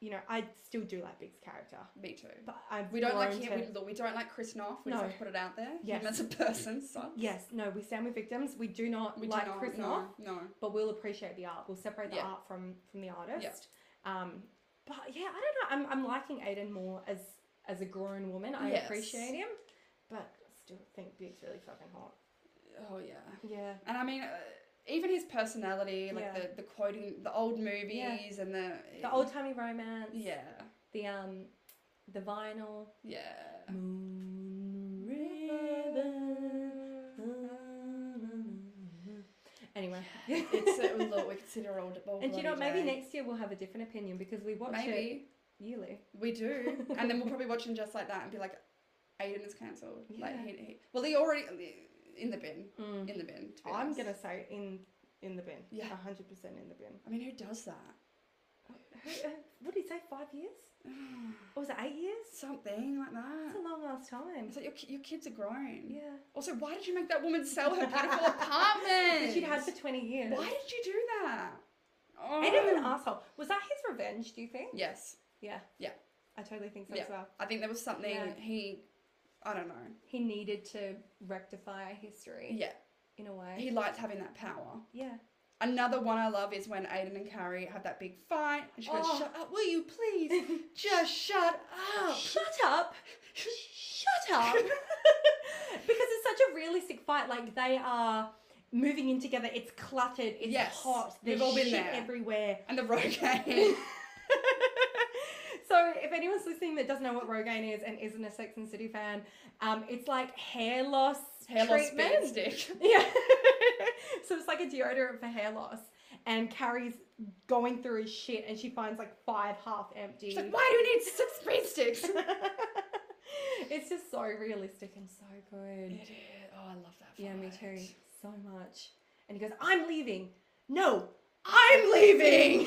S1: you know, I still do like Big's character,
S3: Yeah, me too.
S1: but I've
S3: We don't like
S1: grown
S3: him.
S1: to-
S3: We, look, we don't like Chris Knopf. We
S1: No.
S3: just have to put it out there.
S1: Yes.
S3: Him as a person sucks.
S1: Yes, no, we stand with victims. We do not
S3: We do
S1: like
S3: not-
S1: Chris
S3: no,
S1: Knopf,
S3: No.
S1: but we'll appreciate the art. We'll separate the
S3: Yeah.
S1: art from from the artist. Um, but yeah, I don't know. I'm, I'm liking Aiden more as as a grown woman. I
S3: Yes.
S1: appreciate him, but I still think Big's really fucking hot.
S3: Oh yeah.
S1: Yeah.
S3: And I mean. Uh, even his personality, like
S1: Yeah.
S3: the, the quoting, the old movies and the
S1: The old timey romance.
S3: yeah,
S1: The um, the vinyl.
S3: yeah.
S1: Moon River. Anyway.
S3: it's uh, look, we consider old. old
S1: And do you know, what, maybe
S3: bloody
S1: next year we'll have a different opinion because we watch
S3: day.
S1: it
S3: maybe
S1: yearly.
S3: we do, and
S1: [LAUGHS]
S3: then we'll probably watch him just like that and be like, Aiden is cancelled. Like
S1: Yeah.
S3: he, he, well, he already in the bin, in the bin. To be
S1: I'm
S3: honest.
S1: gonna say in in the bin.
S3: Yeah.
S1: a hundred percent in the bin.
S3: I mean, who does that? [SIGHS]
S1: Who- uh, what did he say? Five years? Or was it eight years?
S3: Something like
S1: That's
S3: that.
S1: a long ass time.
S3: It's like your ki- your kids are grown.
S1: Yeah.
S3: Also, why did you make that woman sell
S1: [LAUGHS]
S3: her beautiful apartment?
S1: That she'd had for twenty years.
S3: Why did you do that? Oh.
S1: Adam an asshole. Was that his revenge? Do you think?
S3: Yes,
S1: Yeah.
S3: Yeah.
S1: I totally think so
S3: Yeah.
S1: as well.
S3: I think there was something
S1: Yeah.
S3: he. I don't know.
S1: He needed to rectify history
S3: Yeah,
S1: in a way.
S3: he liked having that power.
S1: yeah.
S3: Another one I love is when Aiden and Carrie have that big fight, and she goes,
S1: Oh.
S3: "Shut up, will you please?
S1: [LAUGHS]
S3: Oh. Just shut up." [LAUGHS]
S1: Shut up! Shut up! because it's such a realistic fight. Like they are moving in together. It's cluttered. It's
S3: Yes.
S1: hot. There's
S3: We've all been
S1: shit
S3: there.
S1: everywhere.
S3: [LAUGHS] And the Rogaine.
S1: [LAUGHS] so if anyone's listening that doesn't know what Rogaine is and isn't a Sex and the City fan, um, it's like hair loss
S3: Hair loss
S1: treatment.
S3: speed stick.
S1: [LAUGHS] Yeah. so it's like a deodorant for hair loss. And Carrie's going through his shit and she finds like five half empty.
S3: She's like, why do we [LAUGHS] need six speed sticks?
S1: [LAUGHS]
S3: [LAUGHS]
S1: it's just so realistic and so good.
S3: It is. Oh, I love that.
S1: Yeah, me too.
S3: [LAUGHS] fight.
S1: So much. And he goes, I'm leaving. No, I'm leaving.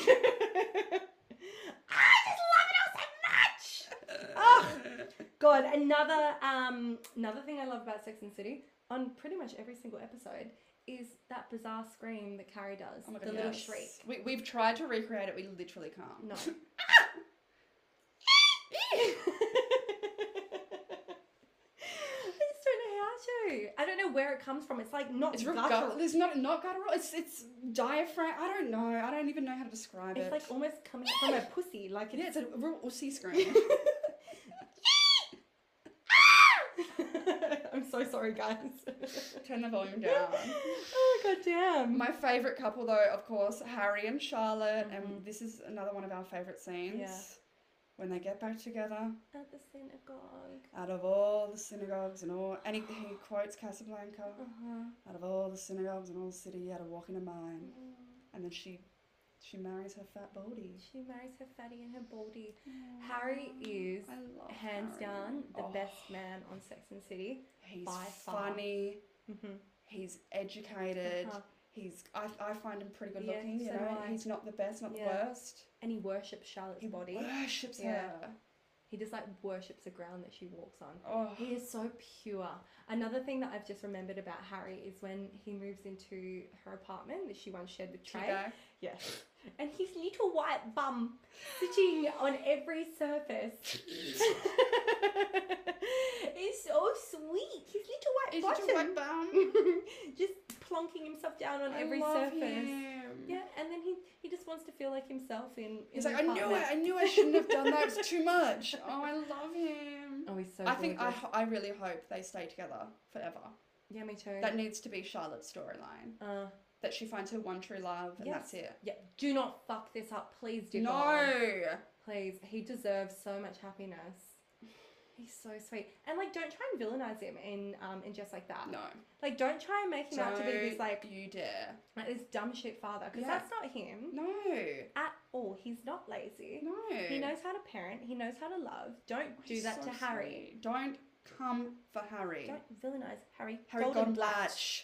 S1: I [LAUGHS] just love it all so much. Oh, [LAUGHS] God, another um, another thing I love about Sex and the City on pretty much every single episode is that bizarre scream that Carrie does,
S3: Oh my
S1: the
S3: God,
S1: little
S3: yes.
S1: shriek.
S3: We, we've tried to recreate it. We literally can't. [LAUGHS]
S1: No. I just don't know how to. I don't know where it comes from. It's like not
S3: It's real
S1: guttural.
S3: gut. There's not not guttural. It's it's diaphragm. I don't know. I don't even know how to describe
S1: It's
S3: it.
S1: like almost coming from a pussy. Like
S3: yeah,
S1: it's
S3: it's a real ussy scream.
S1: [LAUGHS] I'm so sorry, guys.
S3: Turn the volume down.
S1: oh god damn.
S3: My favorite couple, though, of course, Harry and Charlotte,
S1: Mhm.
S3: and this is another one of our favorite scenes.
S1: Yeah.
S3: When they get back together,
S1: At the synagogue.
S3: out of all the synagogues and all, and he,
S1: [SIGHS]
S3: he quotes Casablanca,
S1: Uh-huh.
S3: out of all the synagogues and all the city, you had a walk in a mine,
S1: Mm.
S3: and then she, she marries her fat baldy.
S1: She marries her fatty and her baldy. Harry is
S3: I love
S1: hands
S3: Harry.
S1: down the
S3: Oh,
S1: best man on Sex and the City.
S3: He's
S1: by far.
S3: funny.
S1: Mm-hmm.
S3: He's educated.
S1: Uh-huh.
S3: He's I, I find him pretty good
S1: Yeah,
S3: looking. you
S1: so
S3: know,
S1: do I.
S3: he's not the best, not
S1: Yeah.
S3: the worst.
S1: And he worships Charlotte's
S3: He
S1: body.
S3: worships
S1: Yeah.
S3: her.
S1: He just like worships the ground that she walks on.
S3: Oh,
S1: He is so pure. Another thing that I've just remembered about Harry is when he moves into her apartment that she once shared with Trey.
S3: Chico.
S1: Yes. And his little white bum sitting on every surface. [LAUGHS] it's so sweet. His little white
S3: Is
S1: bottom.
S3: it your wet bum? [LAUGHS]
S1: [LAUGHS] just plonking himself down on
S3: I
S1: every
S3: love
S1: surface.
S3: him.
S1: Yeah, and then he, he just wants to feel like himself in. in
S3: He's
S1: the
S3: like, I knew it.
S1: apartment.
S3: I knew I shouldn't have done that. It was [LAUGHS] too much. Oh, I love him.
S1: Oh, he's so.
S3: I think I,
S1: gorgeous.
S3: ho- I really hope they stay together forever.
S1: Yeah, me too.
S3: That needs to be Charlotte's storyline.
S1: uh,
S3: That she finds her one true love and
S1: Yes.
S3: that's it.
S1: yeah, do not fuck this up, please, dear God.
S3: No.
S1: Please, he deserves so much happiness. He's so sweet, and like, don't try and villainize him in um in just like that.
S3: No.
S1: Like, don't try and make him out to be this
S3: Don't
S1: like
S3: you dare.
S1: like, this dumb shit father because
S3: Yeah.
S1: that's not him
S3: No.
S1: at all. He's not lazy.
S3: No.
S1: He knows how to parent. He knows how to love. Don't do
S3: He's
S1: that
S3: so
S1: to Harry.
S3: sweet. Don't come for Harry.
S1: Don't villainize Harry. [LAUGHS]
S3: Harry Goldenblatch.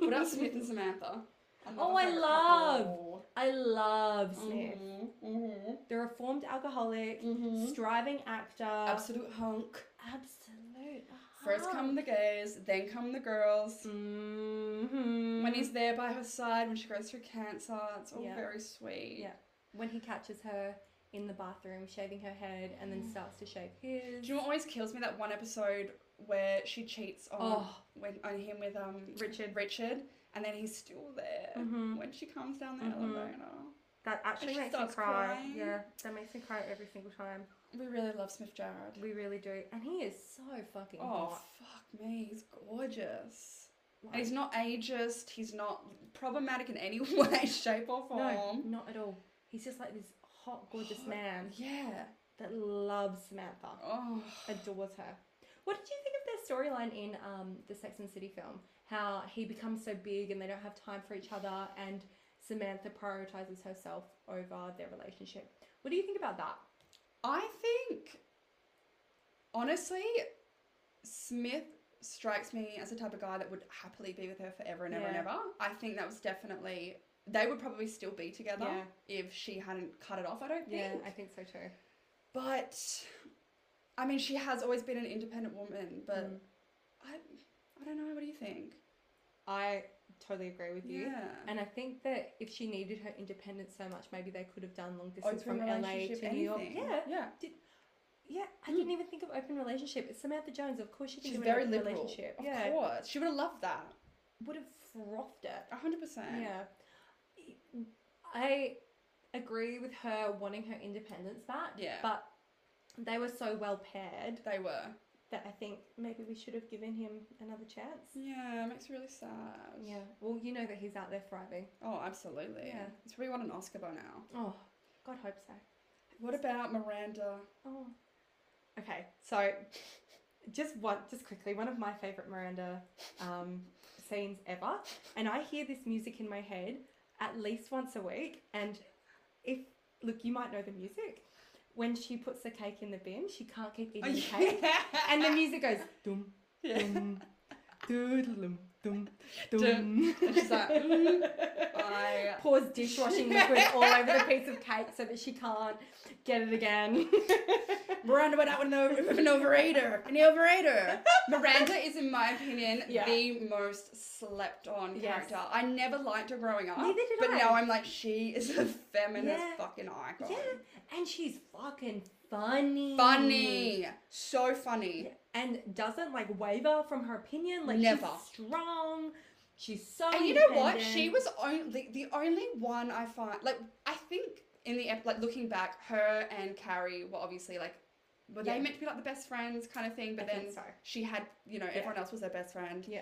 S3: what else? Smith and Samantha. Another
S1: Oh, I
S3: favourite
S1: love
S3: couple.
S1: I love Smith.
S3: Mhm, mhm.
S1: The reformed alcoholic,
S3: Mhm.
S1: striving actor.
S3: Absolute hunk.
S1: Absolute.
S3: First come the gays, then come the girls.
S1: hmm
S3: When he's there by her side when she goes through cancer, it's all
S1: Yeah.
S3: very sweet.
S1: Yeah. when he catches her in the bathroom shaving her head and then starts to shave his.
S3: Mm. Do you know what always kills me? That one episode where she cheats on
S1: Oh.
S3: when, on him with um
S1: Richard.
S3: Richard, and then he's still there
S1: Mhm.
S3: when she comes down the
S1: Mhm.
S3: elevator.
S1: that actually
S3: she
S1: makes me
S3: starts
S1: cry.
S3: crying.
S1: Yeah, that makes me cry every single time.
S3: We really love Smith Jared.
S1: We really do, and he is so fucking
S3: Oh
S1: hot.
S3: fuck me, he's gorgeous. And
S1: Like,
S3: he's not ageist. He's not problematic in any [LAUGHS] way, shape, or
S1: no,
S3: form.
S1: not at all. He's just like this hot, gorgeous
S3: Hot.
S1: man
S3: Yeah.
S1: that loves Samantha,
S3: Oh.
S1: adores her. What did you think of their storyline in um, the Sex and the City film? How he becomes so big and they don't have time for each other, and Samantha prioritizes herself over their relationship. What do you think about that?
S3: I think, honestly, Smith strikes me as the type of guy that would happily be with her forever and ever and
S1: Yeah.
S3: ever. I think that was definitely. They would probably still be together
S1: Yeah.
S3: if she hadn't cut it off. I don't think.
S1: Yeah, I think so too.
S3: But, I mean, she has always been an independent woman. But
S1: Mm.
S3: I, I don't know. What do you think?
S1: I totally agree with you.
S3: Yeah.
S1: And I think that if she needed her independence so much, maybe they could have done long distance
S3: Open
S1: from LA
S3: relationship,
S1: to
S3: anything.
S1: New York. Yeah,
S3: Yeah.
S1: yeah. I
S3: Mm.
S1: didn't even think of open relationship. It's Samantha Jones. Of course, she can
S3: She's
S1: do
S3: very
S1: an open
S3: liberal.
S1: relationship.
S3: Of
S1: yeah,
S3: course. She would have loved that.
S1: would have frothed it.
S3: 100%.
S1: Yeah, I agree with her wanting her independence back.
S3: Yeah.
S1: but they were so well paired
S3: They were.
S1: that I think maybe we should have given him another chance.
S3: Yeah, it makes me really sad.
S1: Yeah. Well, you know that he's out there thriving.
S3: Oh, absolutely.
S1: Yeah.
S3: He's probably won an Oscar by now.
S1: Oh, God, hope so.
S3: What about Miranda?
S1: Oh. Okay, so just one, just quickly, one of my favorite Miranda um, scenes ever, and I hear this music in my head at least once a week. And if look, you might know the music. When she puts the cake in the bin, she can't keep eating the
S3: [LAUGHS]
S1: cake, and the music goes dum
S3: Oh, Yeah. [LAUGHS]
S1: dum doodlum dum dum.
S3: Dum. And she's like, mm, I-
S1: Pours dishwashing liquid all over the piece of cake so that she can't get it again.
S3: [LAUGHS] Miranda went out with an, over- with an overeater. An overeater. Miranda is, in my opinion,
S1: Yeah.
S3: the most slept on
S1: Yes.
S3: character. I never liked her growing up.
S1: Neither did
S3: but
S1: I.
S3: now I'm like, she is a feminist
S1: Yeah.
S3: fucking icon.
S1: Yeah, and she's fucking funny.
S3: Funny. So funny.
S1: Yeah, And doesn't like waver from her opinion. Like
S3: Never.
S1: she's strong. She's so.
S3: And you know what?
S1: independent.
S3: She was only the only one I find like I think in the ep- like looking back, her and Carrie were obviously like were
S1: Yeah.
S3: they meant to be like the best friends kind of thing, but
S1: I
S3: then
S1: think so.
S3: she had you know everyone else was her best friend.
S1: Yeah.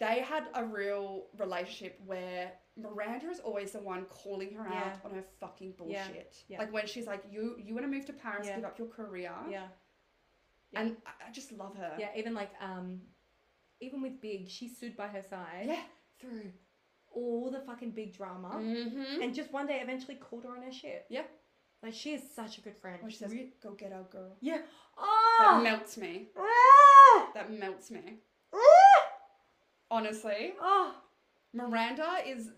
S3: They had a real relationship where Miranda is always the one calling her
S1: Yeah.
S3: out on her fucking
S1: Yeah.
S3: bullshit.
S1: Yeah.
S3: Like when she's like, "You you want to move to Paris,
S1: Yeah.
S3: give up your career,"
S1: Yeah.
S3: and I, I just love her.
S1: Yeah. Even like um, even with Big, she stood by her side
S3: yeah.
S1: through all the fucking big drama,
S3: Mm-hmm.
S1: and just one day eventually called her on her shit.
S3: Yeah.
S1: Like she is such a good friend.
S3: When she says, "Go get our girl,"
S1: yeah.
S3: that
S1: Oh.
S3: melts me.
S1: Ah!
S3: That melts me.
S1: Ah!
S3: Honestly,
S1: Oh.
S3: Miranda is.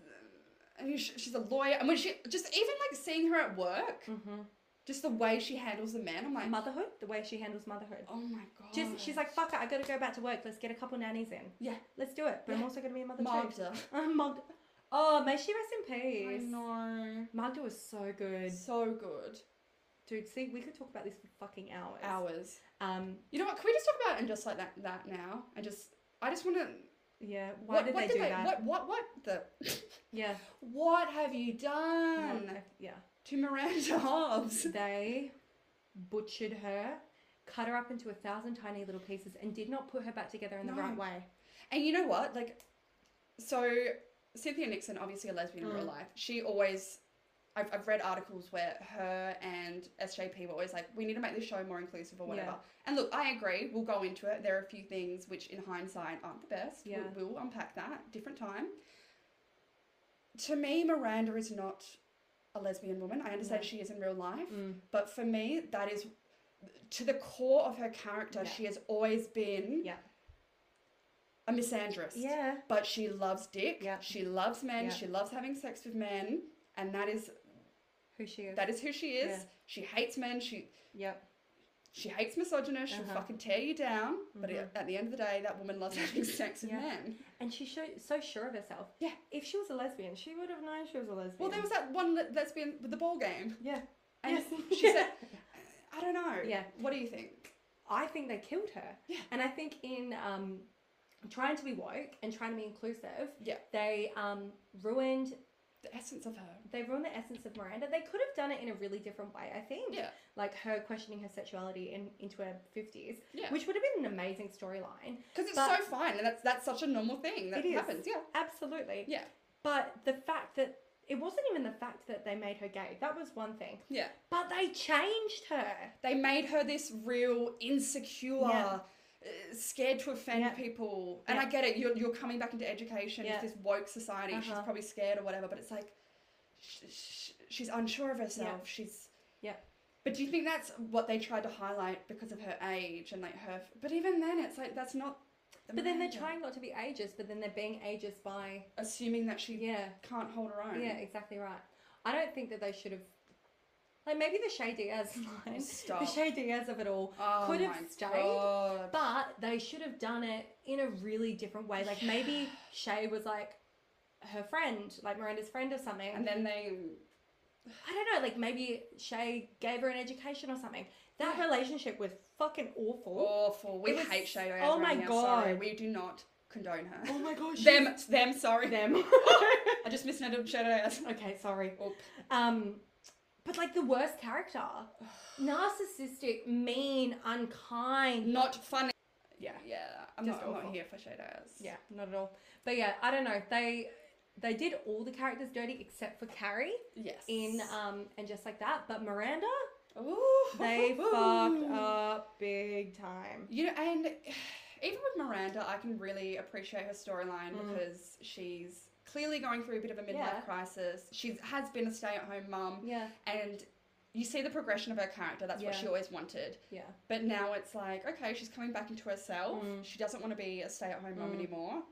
S3: I mean, sh- she's a lawyer, and when she just even like seeing her at work,
S1: hmm
S3: just the way she handles the men, I'm like,
S1: Motherhood. The way she handles motherhood.
S3: oh my god.
S1: Just she's like, fuck it, I gotta go back to work. Let's get a couple nannies in.
S3: Yeah.
S1: Let's do it. But I'm
S3: Yeah.
S1: also gonna be [LAUGHS] a mother too.
S3: Magda.
S1: I'm mugged. Oh, may she rest in
S3: I
S1: peace.
S3: know.
S1: Magda was so good.
S3: So good.
S1: Dude, see, we could talk about this for fucking hours.
S3: Hours.
S1: Um,
S3: You know what? Can we just talk about it and just like that that now? And just, I just want to.
S1: yeah. Why
S3: What
S1: did
S3: what
S1: they do that?
S3: What what what the? [LAUGHS]
S1: Yeah.
S3: what have you done
S1: What- [LAUGHS] yeah.
S3: to Miranda Hobbs?
S1: They butchered her, cut her up into a thousand tiny little pieces, and did not put her back together in the
S3: No.
S1: right way.
S3: And you know what? Like, so Cynthia Nixon, obviously a lesbian in real
S1: Mm.
S3: life, she always. I've, I've read articles where her and SJP were always like, we need to make this show more inclusive or whatever.
S1: Yeah.
S3: And look, I agree. We'll go into it. There are a few things which, in hindsight, aren't the best.
S1: Yeah.
S3: We'll, we'll unpack that different time. To me, Miranda is not a lesbian woman. I understand
S1: No.
S3: she is in real life.
S1: Mm.
S3: But for me, that is to the core of her character.
S1: Yeah.
S3: She has always been
S1: Yeah.
S3: a misandrist
S1: Yeah.
S3: but she loves dick.
S1: Yeah.
S3: She loves men.
S1: Yeah.
S3: She loves having sex with men, and that is
S1: Who she is.
S3: that is who she is.
S1: Yeah.
S3: She hates men. She
S1: yep.
S3: she hates misogynists. She'll
S1: Uh-huh.
S3: fucking tear you down. But
S1: Mhm.
S3: at the end of the day, that woman
S1: [LAUGHS]
S3: loves having sex with
S1: Yeah.
S3: men.
S1: And she's so, so sure of herself.
S3: Yeah.
S1: If she was a lesbian, she would have known she was a lesbian.
S3: Well, there was that one le- lesbian with the ball game,
S1: Yeah.
S3: and
S1: Yes. [LAUGHS]
S3: she said, "I don't know.
S1: Yeah.
S3: What do you think?
S1: I think they killed her.
S3: Yeah.
S1: And I think in um, trying to be woke and trying to be inclusive,
S3: Yeah.
S1: they um, ruined
S3: The essence of her.
S1: they ruined the essence of Miranda. They could have done it in a really different way, I think.
S3: Yeah.
S1: Like her questioning her sexuality in, into her fifties,
S3: Yeah.
S1: which would have been an amazing storyline.
S3: Because it's
S1: But-
S3: so fine, and that's that's such a normal thing that
S1: It is.
S3: happens. Yeah.
S1: Absolutely.
S3: Yeah.
S1: But the fact that it wasn't even the fact that they made her gay. That was one thing.
S3: Yeah.
S1: But they changed her.
S3: They made her this real insecure,
S1: Yeah.
S3: uh, scared to offend
S1: Yeah.
S3: people. And I
S1: Yeah.
S3: get it, you're, you're coming back into education,
S1: Yeah.
S3: it's this woke society, she's
S1: Uh-huh.
S3: probably scared or whatever, but it's like sh- sh- she's unsure of herself. She's.
S1: Yeah.
S3: But do you think that's what they tried to highlight because of her age and like her. But even then, it's like that's not. the
S1: But then they're
S3: matter.
S1: trying not to be ageist, but then they're being ageist by
S3: Assuming that she
S1: Yeah.
S3: can't hold her own.
S1: Yeah, exactly right. I don't think that they should have. Like maybe the Shay Diaz [LAUGHS] line, the
S3: Stop.
S1: Shay Diaz of it all,
S3: Oh
S1: could have
S3: my
S1: stayed,
S3: God.
S1: but they should have done it in a really different way. Like
S3: [SIGHS]
S1: maybe Shay was like her friend, like Miranda's friend or something.
S3: And then they.
S1: I don't know, like maybe Shay gave her an education or something. That
S3: Yeah. Oh.
S1: relationship was fucking awful.
S3: Awful. We
S1: It was-
S3: hate Shay.
S1: oh
S3: Diaz
S1: my
S3: right now, Sorry,
S1: God.
S3: we do not condone her.
S1: Oh my gosh.
S3: them, them. Sorry,
S1: Them. [LAUGHS]
S3: [LAUGHS] I just misnomed Shay [LAUGHS] Diaz.
S1: okay, sorry.
S3: Oop.
S1: Um, but like the worst character, narcissistic, mean, unkind,
S3: Not funny.
S1: Yeah.
S3: Yeah. I'm
S1: Just
S3: not, I'm not
S1: awful.
S3: here for shade eyes.
S1: Yeah, not at all. But yeah, I don't know. They they did all the characters dirty except for Carrie
S3: Yes.
S1: in um and just like that. But Miranda,
S3: Ooh.
S1: [LAUGHS]
S3: [LAUGHS]
S1: they fucked up big time.
S3: You know, and [SIGHS] even with Miranda, I can really appreciate her storyline
S1: Mm.
S3: because she's clearly going through a bit of a midlife
S1: Yeah.
S3: crisis. She has been a stay-at-home mum,
S1: Yeah,
S3: and you see the progression of her character. That's what
S1: Yeah.
S3: she always wanted.
S1: yeah,
S3: But now it's like, okay, she's coming back into herself.
S1: Mm.
S3: She doesn't want to be a stay-at-home mum
S1: Mm.
S3: anymore.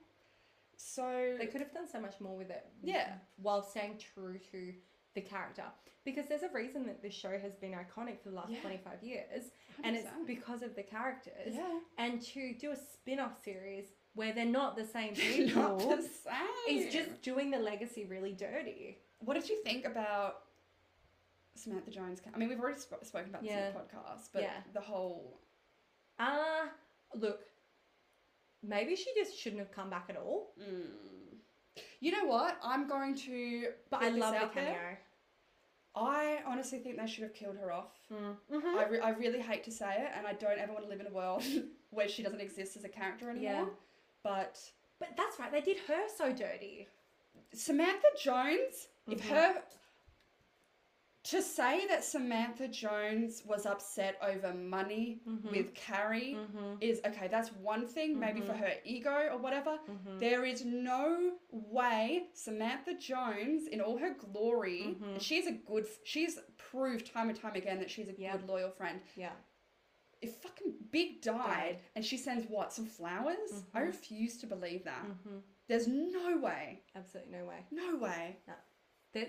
S3: So
S1: they could have done so much more with it.
S3: Yeah.
S1: while staying true to the character, because there's a reason that this show has been iconic for the last
S3: Yeah.
S1: 25 years, and it's
S3: 100%.
S1: because of the characters.
S3: [LAUGHS] yeah,
S1: And to do a spin-off series where they're not the
S3: [LAUGHS]
S1: same people.
S3: not the same.
S1: is just doing the legacy really dirty.
S3: What did you think about Samantha Jones? I mean, we've already sp- spoken about this
S1: Yeah.
S3: in the podcast, but
S1: Yeah.
S3: the whole
S1: Ah, look, maybe she just shouldn't have come back at all.
S3: Mm. You know what? I'm going to.
S1: But
S3: put
S1: I
S3: this
S1: love the
S3: out there.
S1: cameo.
S3: I honestly think they should have killed her off.
S1: Mm.
S3: I, re- I really hate to say it, and I don't ever want to live in a world [LAUGHS] where she doesn't exist as a character anymore.
S1: Yeah.
S3: But
S1: But that's right, they did her so dirty.
S3: Samantha Jones, if
S1: Mhm.
S3: her. To say that Samantha Jones was upset over money
S1: Mhm.
S3: with Carrie is okay, that's one thing, maybe for
S1: Mhm.
S3: her ego or whatever.
S1: Mm-hmm.
S3: There is no way Samantha Jones, in all her glory,
S1: Mhm.
S3: and she's a good, she's proved time and time again that she's a
S1: Yeah.
S3: good, loyal friend.
S1: Yeah.
S3: If fucking Big died,
S1: Died.
S3: and she sends what, some flowers? I
S1: Mhm.
S3: refuse to believe that.
S1: hmm
S3: There's no way.
S1: Absolutely no way.
S3: No way.
S1: That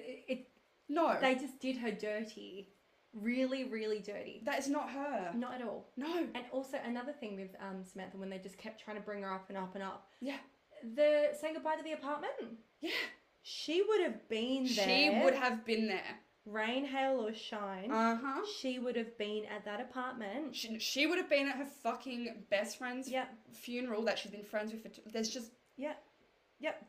S1: it, it,
S3: No.
S1: they just did her dirty. Really, really dirty.
S3: that is not her.
S1: Not at all.
S3: No.
S1: And also another thing with um, Samantha when they just kept trying to bring her up and up and up.
S3: Yeah.
S1: The saying goodbye to the apartment.
S3: Yeah.
S1: She would have been there.
S3: She would have been there.
S1: rain, hail, or shine,
S3: Uh huh.
S1: she would have been at that apartment.
S3: She, she would have been at her fucking best friend's
S1: Yep,
S3: funeral that she's been friends with for. T- there's just
S1: yep.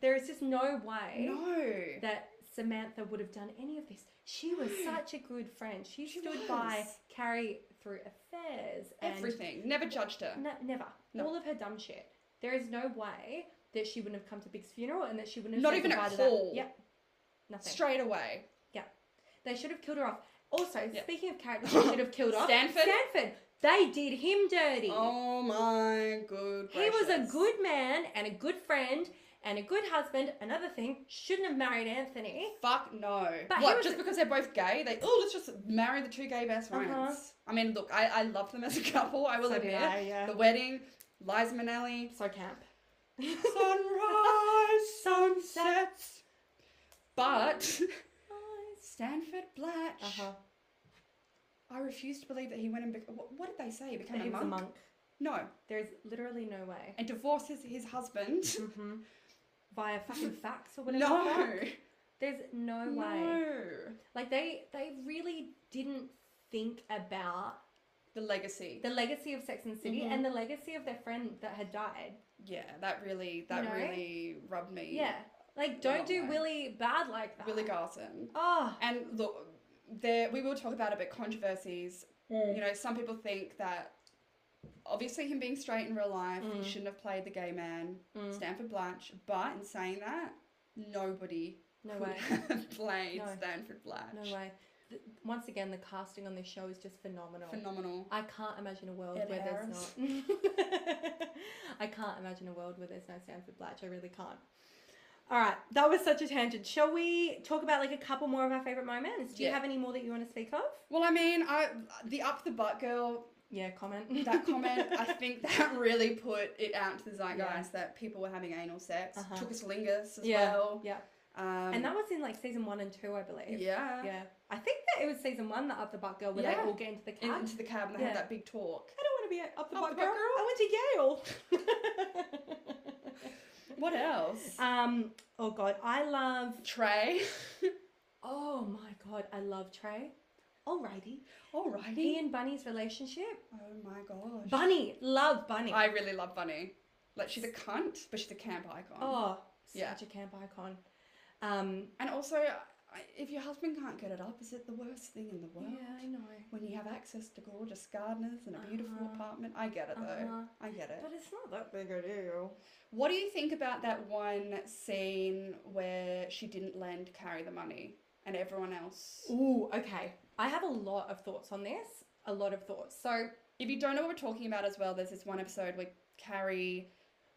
S1: There is just no way
S3: no.
S1: that Samantha would have done any of this. She
S3: [GASPS]
S1: was such a good friend. She,
S3: She
S1: stood by
S3: was.
S1: Carrie through affairs and
S3: Everything. Never judged her.
S1: Ne- never.
S3: No.
S1: All of her dumb shit. There is no way that she wouldn't have come to Big's funeral and that she wouldn't have
S3: Not
S1: said
S3: even
S1: goodbye
S3: at
S1: to that-
S3: all.
S1: Yep. Nothing.
S3: Straight away.
S1: They should have killed her off. Also,
S3: Yeah.
S1: speaking of characters, they should have
S3: [LAUGHS]
S1: killed off
S3: Stanford?
S1: Stanford. They did him dirty.
S3: Oh my good.
S1: He was a
S3: gracious.
S1: good man and a good friend and a good husband. Another thing, shouldn't have married Anthony.
S3: Fuck no.
S1: But he
S3: what?
S1: was
S3: Just
S1: a-
S3: because they're both gay, they oh let's just marry the two gay best friends.
S1: Uh-huh.
S3: I mean, look, I I love them as a couple. I will
S1: So did
S3: admit,
S1: I, yeah.
S3: the wedding, Liza Minnelli,
S1: So camp. [LAUGHS]
S3: sunrise, [LAUGHS] sunsets. But [LAUGHS] Stanford Blatch,
S1: Uh-huh.
S3: I refuse to believe that he went and bec what, what did they say? He became
S1: That he
S3: a,
S1: was
S3: monk?
S1: a monk.
S3: No,
S1: There is literally no way.
S3: and divorced his, his husband.
S1: [LAUGHS]
S3: [LAUGHS]
S1: Mm-hmm. Via fucking fax or whatever. the
S3: no,
S1: fuck. There's no way.
S3: no.
S1: Like they they really didn't think about
S3: The legacy.
S1: the legacy of Sex and the City
S3: Mhm.
S1: and the legacy of their friend that had died.
S3: Yeah, that really that
S1: know?
S3: really rubbed me.
S1: Yeah. Like don't do
S3: Right.
S1: Willie bad like that.
S3: Willie Garson.
S1: Oh.
S3: And look, there we will talk about a bit controversies. You know, some people think that obviously him being straight in real life, he
S1: Mm.
S3: shouldn't have played the gay man,
S1: Mm.
S3: Stanford Blatch. But in saying that, nobody
S1: No
S3: could
S1: way.
S3: [LAUGHS] have played
S1: No.
S3: Stanford Blatch.
S1: No way. Th- Once again, the casting on this show is just phenomenal.
S3: Phenomenal.
S1: I can't imagine a world
S3: Yeah,
S1: where
S3: they
S1: there's
S3: are.
S1: not. [LAUGHS] I can't imagine a world where there's no Stanford Blatch. I really can't. All right, that was such a tangent. Shall we talk about like a couple more of our favorite moments? Do you
S3: Yeah.
S1: have any more that you want to speak of?
S3: Well, I mean, I the up the butt girl
S1: Yeah, [LAUGHS] comment.
S3: that comment. I think that really put it out into the zeitgeist
S1: Yeah.
S3: that people were having anal sex.
S1: Uh-huh.
S3: Took us lingus as
S1: yeah,
S3: well.
S1: yeah,
S3: Um,
S1: and that was in like season one and two, I believe.
S3: yeah.
S1: yeah. I think that it was season one that up the butt girl where
S3: Yeah.
S1: they all get into the cab.
S3: In- into the cab and they
S1: Yeah.
S3: had that big talk.
S1: [LAUGHS] I don't want to be a up the
S3: Up
S1: butt
S3: the butt
S1: girl.
S3: girl?
S1: I went [LAUGHS] to Yale.
S3: What else?
S1: Um. Oh God, I love.
S3: Trey.
S1: [LAUGHS] Oh my God, I love Trey. Alrighty. He
S3: Alrighty.
S1: and Bunny's relationship.
S3: Oh my gosh.
S1: Bunny, love Bunny.
S3: I really love Bunny. Like she's a cunt, but she's a camp icon.
S1: oh,
S3: Yeah.
S1: such a camp icon. Um.
S3: And also, I- I- if your husband can't get it up, is it the worst thing in the world?
S1: I know.
S3: When you have access to gorgeous gardeners and a beautiful
S1: Uh-huh.
S3: apartment, I get it though.
S1: Uh-huh.
S3: I get it.
S1: But it's not that big a deal.
S3: What do you think about that one scene where she didn't lend Carrie the money and everyone else?
S1: Ooh, okay. I have a lot of thoughts on this. A lot of thoughts. So
S3: If you don't know what we're talking about as well, there's this one episode where Carrie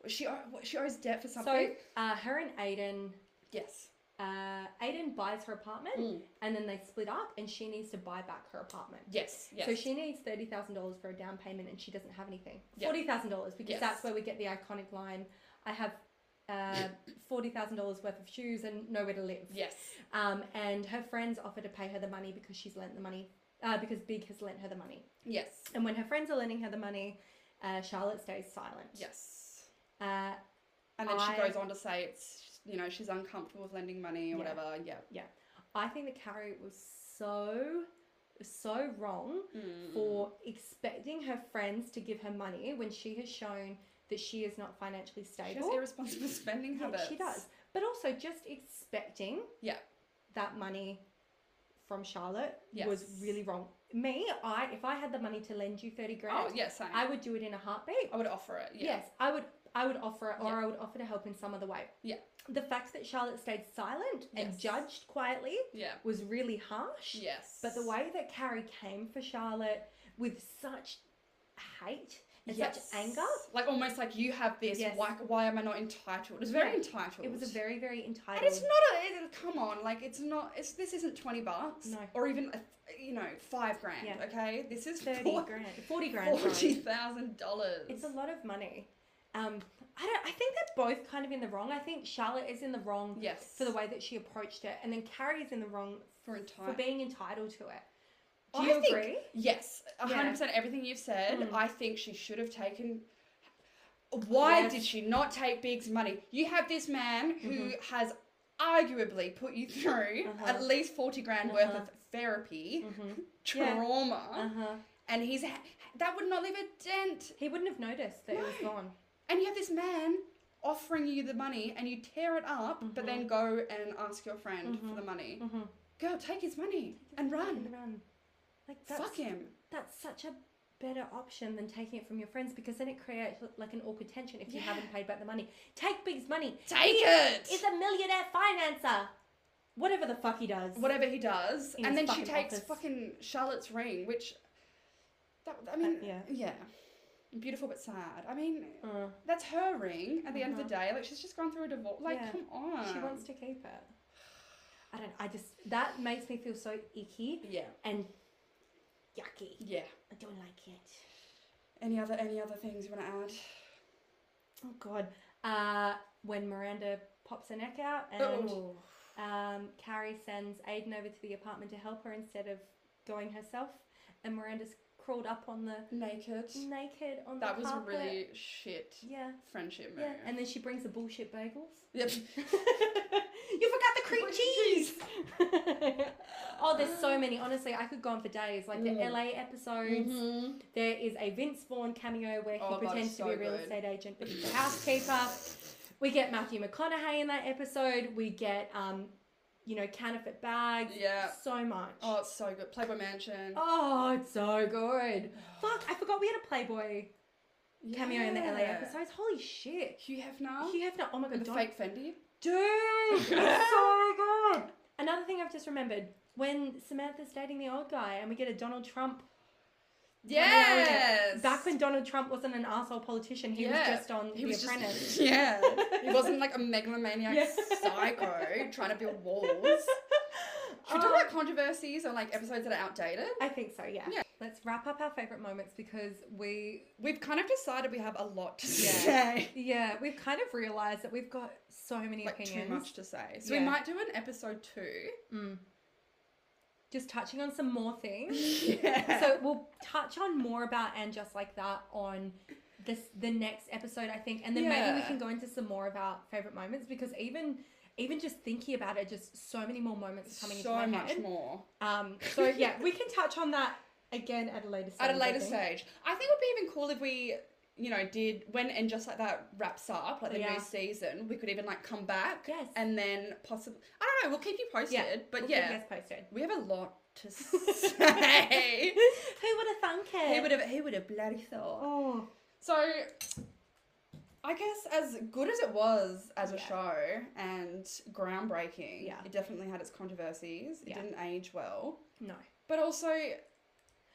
S3: she owe- she owes debt for something.
S1: so uh, her and Aiden.
S3: yes.
S1: Uh, Aiden buys her apartment,
S3: Mm.
S1: and then they split up, and she needs to buy back her apartment.
S3: Yes. Yes.
S1: So she needs thirty thousand dollars for a down payment, and she doesn't have anything.
S3: Yeah.
S1: Forty thousand dollars, because
S3: Yes.
S1: that's where we get the iconic line. I have uh, forty thousand dollars worth of shoes and nowhere to live.
S3: Yes.
S1: Um, and her friends offer to pay her the money because she's lent the money, uh, because Big has lent her the money.
S3: Yes.
S1: And when her friends are lending her the money, uh, Charlotte stays silent.
S3: Yes.
S1: Uh,
S3: And then she
S1: I-
S3: goes on to say it's you know, she's uncomfortable with lending money
S1: Yeah.
S3: or whatever. Yeah.
S1: I think that Carrie was so, so wrong
S3: Mm.
S1: for expecting her friends to give her money when she has shown that she is not financially
S3: she
S1: stable.
S3: has
S1: [LAUGHS]
S3: irresponsible spending
S1: Yeah,
S3: habits.
S1: she does. But also just expecting
S3: Yeah.
S1: that money from Charlotte was
S3: Yes.
S1: really wrong. Me, I if I had the money to lend you 30 grand,
S3: Oh yes, I,
S1: I would do it in a heartbeat.
S3: I would offer it. Yeah.
S1: Yes, I would I would offer it or
S3: Yeah.
S1: I would offer to help in some other way.
S3: Yeah.
S1: The fact that Charlotte stayed silent and
S3: Yes.
S1: judged quietly
S3: Yeah.
S1: was really harsh.
S3: Yes.
S1: But the way that Carrie came for Charlotte with such hate and
S3: Yes.
S1: such anger,
S3: like almost like you have this.
S1: Yes.
S3: Why, why am I not entitled? It's very
S1: Yeah.
S3: entitled.
S1: it was a very, very entitled.
S3: and it's not a it- come on like it's not it's this isn't twenty bucks
S1: No.
S3: or even a, you know five grand
S1: Yeah.
S3: okay this is
S1: 30 grand, 40 grand. sorry.
S3: forty thousand dollars
S1: It's a lot of money. Um, I don't. I think they're both kind of in the wrong. I think Charlotte is in the wrong
S3: yes
S1: for the way that she approached it, and then Carrie is in the wrong
S3: for
S1: for
S3: entire
S1: being entitled to it. Do
S3: I
S1: you
S3: think- [LAUGHS]
S1: agree?
S3: yes a
S1: Yeah.
S3: hundred percent everything you've said
S1: Mm.
S3: I think she should have taken. Why
S1: Yes.
S3: did she not take Big's money? You have this man who has arguably put you through
S1: Mm-hmm. Uh-huh.
S3: at least forty grand worth
S1: Uh-huh.
S3: of therapy.
S1: Mm-hmm. Yeah.
S3: trauma,
S1: Uh huh.
S3: and he's ha- that would not leave a dent.
S1: He wouldn't have noticed that it was
S3: No.
S1: gone.
S3: And you have this man offering you the money, and you tear it up, but then go and ask your friend
S1: Mhm.
S3: for the money.
S1: Mm-hmm.
S3: Girl, take his money and run.
S1: run. Like that's
S3: Fuck him.
S1: that's such a better option than taking it from your friends because then it creates like an awkward tension if you
S3: Yeah.
S1: haven't paid back the money. Take Big's money.
S3: Take
S1: He
S3: it.
S1: Is a millionaire financer. Whatever the fuck he does.
S3: Whatever he does,
S1: In
S3: and then
S1: his
S3: she
S1: fucking
S3: takes
S1: office.
S3: fucking Charlotte's ring, which that I mean, yeah,
S1: Uh, yeah.
S3: beautiful but sad. I mean.
S1: Uh.
S3: That's her ring at the end of the day. Like, she's just gone through a divorce. Like,
S1: Uh-huh. Yeah.
S3: come on.
S1: She wants to keep it. I don't. I just that makes me feel so icky
S3: Yeah.
S1: and yucky.
S3: Yeah.
S1: I don't like it.
S3: Any other any other things you want to add?
S1: Oh God. Uh, when Miranda pops her neck out and
S3: Oh.
S1: um, Carrie sends Aiden over to the apartment to help her instead of going herself, and Miranda's crawled up on the
S3: naked.
S1: naked on
S3: That
S1: the
S3: was a
S1: Mm, carpet.
S3: really shit
S1: yeah.
S3: friendship move.
S1: Yeah, and then she brings the bullshit
S3: [LAUGHS]
S1: bagels. [LAUGHS]
S3: Yep.
S1: you forgot the cream
S3: Cream
S1: cheese. [LAUGHS] oh, there's so many. Honestly, I could go on for days. Like the
S3: Mm.
S1: LA episodes.
S3: Mhm.
S1: There is a Vince Vaughn cameo where he
S3: Oh, God, it's
S1: pretends
S3: so
S1: to be a real
S3: good.
S1: estate agent, but he's a housekeeper. We get Matthew McConaughey in that episode. We get, um, you know, counterfeit bags.
S3: Yeah.
S1: So much.
S3: Oh, it's so good. Playboy Mansion.
S1: Oh, it's so
S3: [SIGHS]
S1: good. Fuck, I forgot we had a Playboy cameo in the LA
S3: Yeah.
S1: episodes. Holy shit.
S3: Hugh Hefner.
S1: You have no. Oh my god,
S3: with the
S1: don't
S3: fake Fendi.
S1: Dude,
S3: [LAUGHS]
S1: it's so good. Another thing I've just remembered when Samantha's dating the old guy and we get a Donald Trump. cameo in it.
S3: Yes.
S1: Back when Donald Trump wasn't an asshole politician, he
S3: Yeah.
S1: was just on
S3: he
S1: The
S3: was
S1: Apprentice. [LAUGHS]
S3: [LAUGHS] just yeah. He wasn't like a megalomaniac
S1: Yeah.
S3: psycho trying to build walls. Should we talk
S1: Um,
S3: about controversies or like episodes that are outdated?
S1: I think so, yeah.
S3: Yeah.
S1: Let's wrap up our favourite moments because we,
S3: We've kind of decided we have a lot to
S1: Yeah.
S3: say.
S1: yeah, we've kind of realised that we've got so many
S3: Like too
S1: opinions.
S3: much to say. So we
S1: Yeah.
S3: might do an episode two.
S1: Mm. Just touching on some more
S3: [LAUGHS]
S1: things.
S3: Yeah.
S1: so we'll touch on more about and just like that on this the next episode i think and then maybe we
S3: Yeah.
S1: can go into some more of our favorite moments because even even just thinking about it just so many more moments are coming
S3: so
S1: into my
S3: much
S1: head
S3: more
S1: um so yeah we can touch on that again at a later stage
S3: at a
S1: I
S3: later
S1: think.
S3: stage. I think it would be even cool if we you know, did when and just like that wraps up, like the
S1: Yeah.
S3: new season, we could even like come back.
S1: Yes.
S3: And then possibly, I don't know. We'll keep you posted. But
S1: We'll keep
S3: yeah,
S1: you guys posted. [LAUGHS]
S3: we have a lot to [LAUGHS] say.
S1: Who would have thunk it?
S3: Who would have? Who would have bloody thought?
S1: Oh,
S3: So, I guess as good as it was as a
S1: Yeah.
S3: show and groundbreaking,
S1: Yeah.
S3: it definitely had its controversies. It
S1: Yeah.
S3: didn't age well,
S1: no.
S3: but also,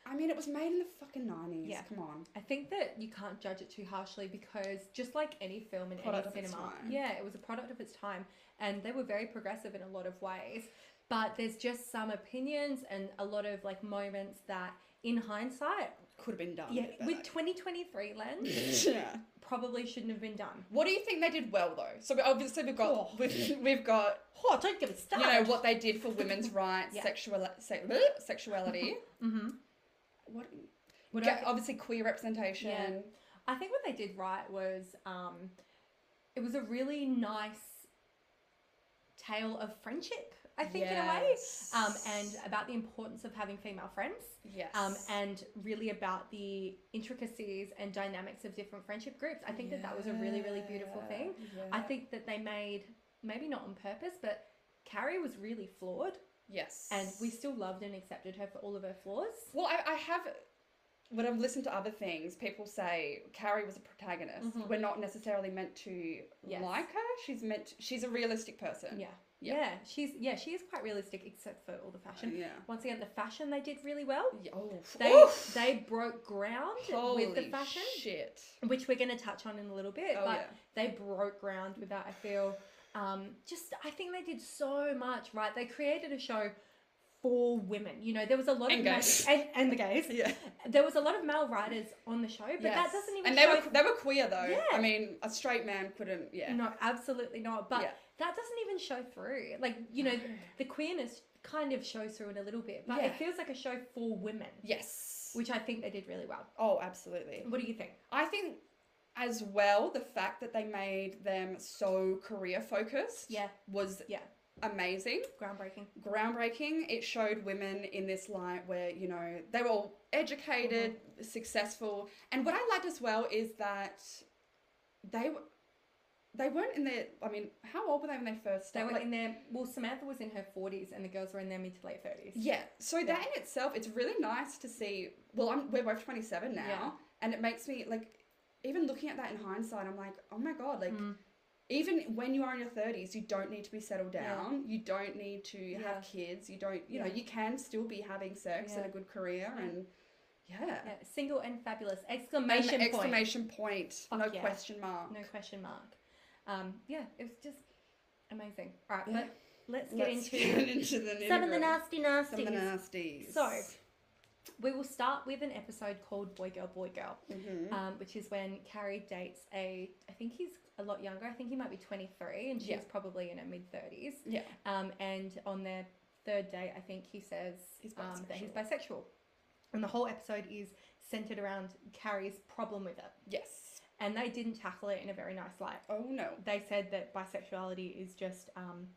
S3: I mean, it was made in the fucking nineties.
S1: Yeah.
S3: Come on.
S1: I think that you can't judge it too harshly because just like any film and
S3: Product of
S1: any
S3: its
S1: cinema,
S3: time.
S1: yeah, it was a product of its time, and they were very progressive in a lot of ways. But there's just some opinions and a lot of like moments that, in hindsight,
S3: Could have been done.
S1: yeah,
S3: a bit
S1: with
S3: better.
S1: 2023 lens,
S3: [LAUGHS] yeah.
S1: probably shouldn't have been done.
S3: What do you think they did well though? So we- obviously we've got
S1: Oh.
S3: we've, we've got
S1: Oh, don't give a
S3: you
S1: start.
S3: know what they did for women's rights,
S1: Yeah.
S3: sexual se- sexuality.
S1: Mm-hmm.
S3: [LAUGHS] what?
S1: What do I
S3: Ga-
S1: think?
S3: obviously queer representation.
S1: Yeah. I think what they did right was um, it was a really nice tale of friendship. I think in a way. um, and about the importance of having female friends,
S3: yes.
S1: um, and really about the intricacies and dynamics of different friendship groups. I think that that was a really, really beautiful thing.
S3: Yeah.
S1: I think that they made, maybe not on purpose, but Carrie was really flawed,
S3: yes,
S1: and we still loved and accepted her for all of her flaws.
S3: Well, I, I have. When I've listened to other things, people say Carrie was a protagonist.
S1: Mhm.
S3: We're not necessarily meant to
S1: Yes.
S3: like her. She's meant. she's a realistic person.
S1: Yeah.
S3: Yeah.
S1: yeah, she's yeah, she is quite realistic, except for all the fashion.
S3: Yeah.
S1: Once again, the fashion they did really well.
S3: Yeah, Oh,
S1: They
S3: oof.
S1: they broke ground
S3: Holy
S1: with the fashion.
S3: Shit.
S1: which we're going to touch on in a little bit,
S3: Oh,
S1: but
S3: yeah.
S1: they broke ground with that. I feel um, just I think they did so much right. They created a show for women. You know, there was a lot
S3: And
S1: of
S3: gays.
S1: male, [LAUGHS] and, and the gays.
S3: Yeah.
S1: There was a lot of male writers on the show, but that doesn't even
S3: And they
S1: show.
S3: were they were queer though.
S1: Yeah.
S3: I mean, a straight man couldn't. Yeah.
S1: No, absolutely not. But
S3: Yeah.
S1: that doesn't even show through. Like you know, the queerness kind of shows through in a little bit, but
S3: Yeah.
S1: it feels like a show for women,
S3: Yes.
S1: which I think they did really well.
S3: oh, absolutely.
S1: What do you think?
S3: I think as well the fact that they made them so career focused.
S1: Yeah.
S3: Was
S1: Yeah.
S3: amazing,
S1: Groundbreaking.
S3: groundbreaking. It showed women in this light where you know they were all educated,
S1: Mm-hmm.
S3: successful, and what I liked as well is that they were. They weren't in their. I mean, how old were they when they first
S1: They
S3: started?
S1: were
S3: Like,
S1: in their well, Samantha was in her forties, and the girls were in their mid to late thirties.
S3: Yeah. So that in itself, it's really nice to see. Well, I'm, we're both 27 now,
S1: Yeah.
S3: and it makes me like, even looking at that in hindsight, I'm like, oh my god, like.
S1: Mm.
S3: Even when you are in your 30s, you don't need to be settled
S1: Yeah.
S3: down. You don't need to have kids. You don't, you know,
S1: Yeah.
S3: you can still be having sex and
S1: Yeah.
S3: a good career.
S1: Yeah.
S3: And yeah.
S1: Yeah, single and fabulous!
S3: And
S1: Exclamation
S3: the
S1: point!
S3: exclamation point.
S1: Fuck
S3: no
S1: yeah.
S3: question mark.
S1: No question mark. Um, yeah, it was just amazing. All right,
S3: Yeah.
S1: but let's get
S3: Let's
S1: into
S3: get into the
S1: some of the
S3: nitty-gritty.
S1: nasty
S3: Some of the
S1: nasties.
S3: nasties.
S1: So, We will start with an episode called Boy Girl Boy Girl,
S3: Mhm.
S1: um, which is when Carrie dates a. I think he's a lot younger. I think he might be twenty three, and she's
S3: Yeah.
S1: probably in her mid thirties.
S3: yeah.
S1: Um, and on their third date, I think he says
S3: He's
S1: um, that he's
S3: bisexual.
S1: bisexual. And the whole episode is centered around Carrie's problem with it.
S3: Yes.
S1: And they didn't tackle it in a very nice light.
S3: Oh no.
S1: They said that bisexuality is just, um,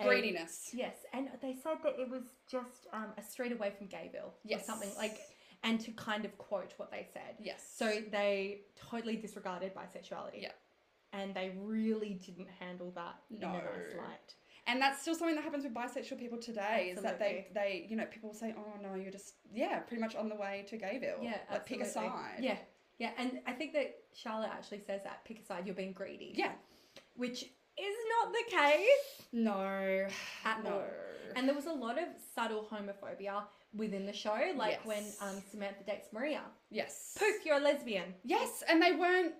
S1: A-
S3: Greediness.
S1: yes, and they said that it was just um, a street away from Gayville
S3: Yes.
S1: or something like, and to kind of quote what they said.
S3: Yes.
S1: So they totally disregarded bisexuality.
S3: Yeah.
S1: And they really didn't handle that in a
S3: No.
S1: nice light.
S3: and that's still something that happens with bisexual people today is that they
S1: Absolutely.
S3: they you know people say oh no you're just yeah pretty much on the way to gayville
S1: Yeah,
S3: like pick a
S1: absolutely.
S3: side
S1: Yeah, yeah, and I think that Charlotte actually says that pick a side. You're being greedy.
S3: yeah
S1: which is not the case.
S3: [SIGHS] no
S1: At
S3: no
S1: all. And there was a lot of subtle homophobia within the show, like when
S3: Yes.
S1: um, Samantha dates Maria.
S3: yes
S1: Poof, you're a lesbian.
S3: yes and they weren't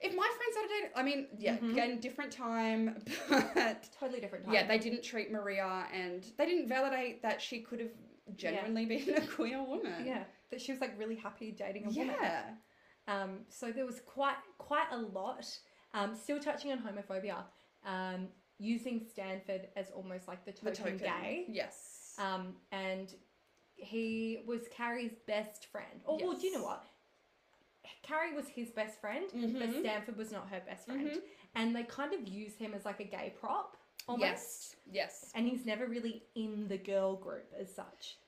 S3: if my friends had dated i mean yeah
S1: Mhm.
S3: again different time [LAUGHS] but
S1: Totally different. Time.
S3: yeah they didn't treat maria and they didn't validate that she could have genuinely been a queer woman
S1: yeah. That she was like really happy dating a woman.
S3: yeah
S1: Um, so there was quite quite a lot. Um, still touching on homophobia, um, using Stanford as almost like the
S3: the
S1: token,
S3: token
S1: gay.
S3: yes
S1: Um, and he was Carrie's best friend. Oh, well, do you know
S3: Yes.
S1: what? Carrie was his best friend, but
S3: Mhm.
S1: Stanford was not her best friend.
S3: Mhm.
S1: And they kind of use him as like a gay prop almost.
S3: yes yes
S1: And he's never really in the girl group as such.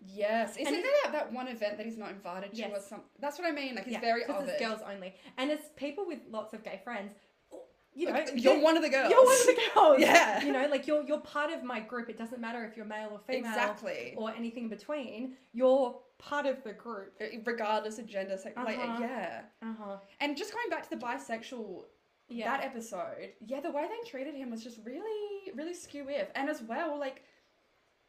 S3: Yes. Isn't
S1: it's-
S3: there that, that one event that he's not invited to or
S1: Yes.
S3: something? That's what I mean. Like, he's
S1: Yeah,
S3: very
S1: 'cause
S3: of
S1: it's
S3: it.
S1: girls only, and it's people with lots of gay friends. oh, You know,
S3: Like, you're one of the girls.
S1: You're one of
S3: [LAUGHS]
S1: the girls.
S3: Yeah.
S1: You know, like you're you're part of my group. It doesn't matter if you're male or female
S3: Exactly.
S1: or anything in between. You're part of the group.
S3: E, Regardless of gender, sex, like,
S1: Uh-huh.
S3: yeah.
S1: Uh huh.
S3: And just going back to the bisexual
S1: Yeah.
S3: that episode, yeah, the way they treated him was just really, really skew if. And as well, like,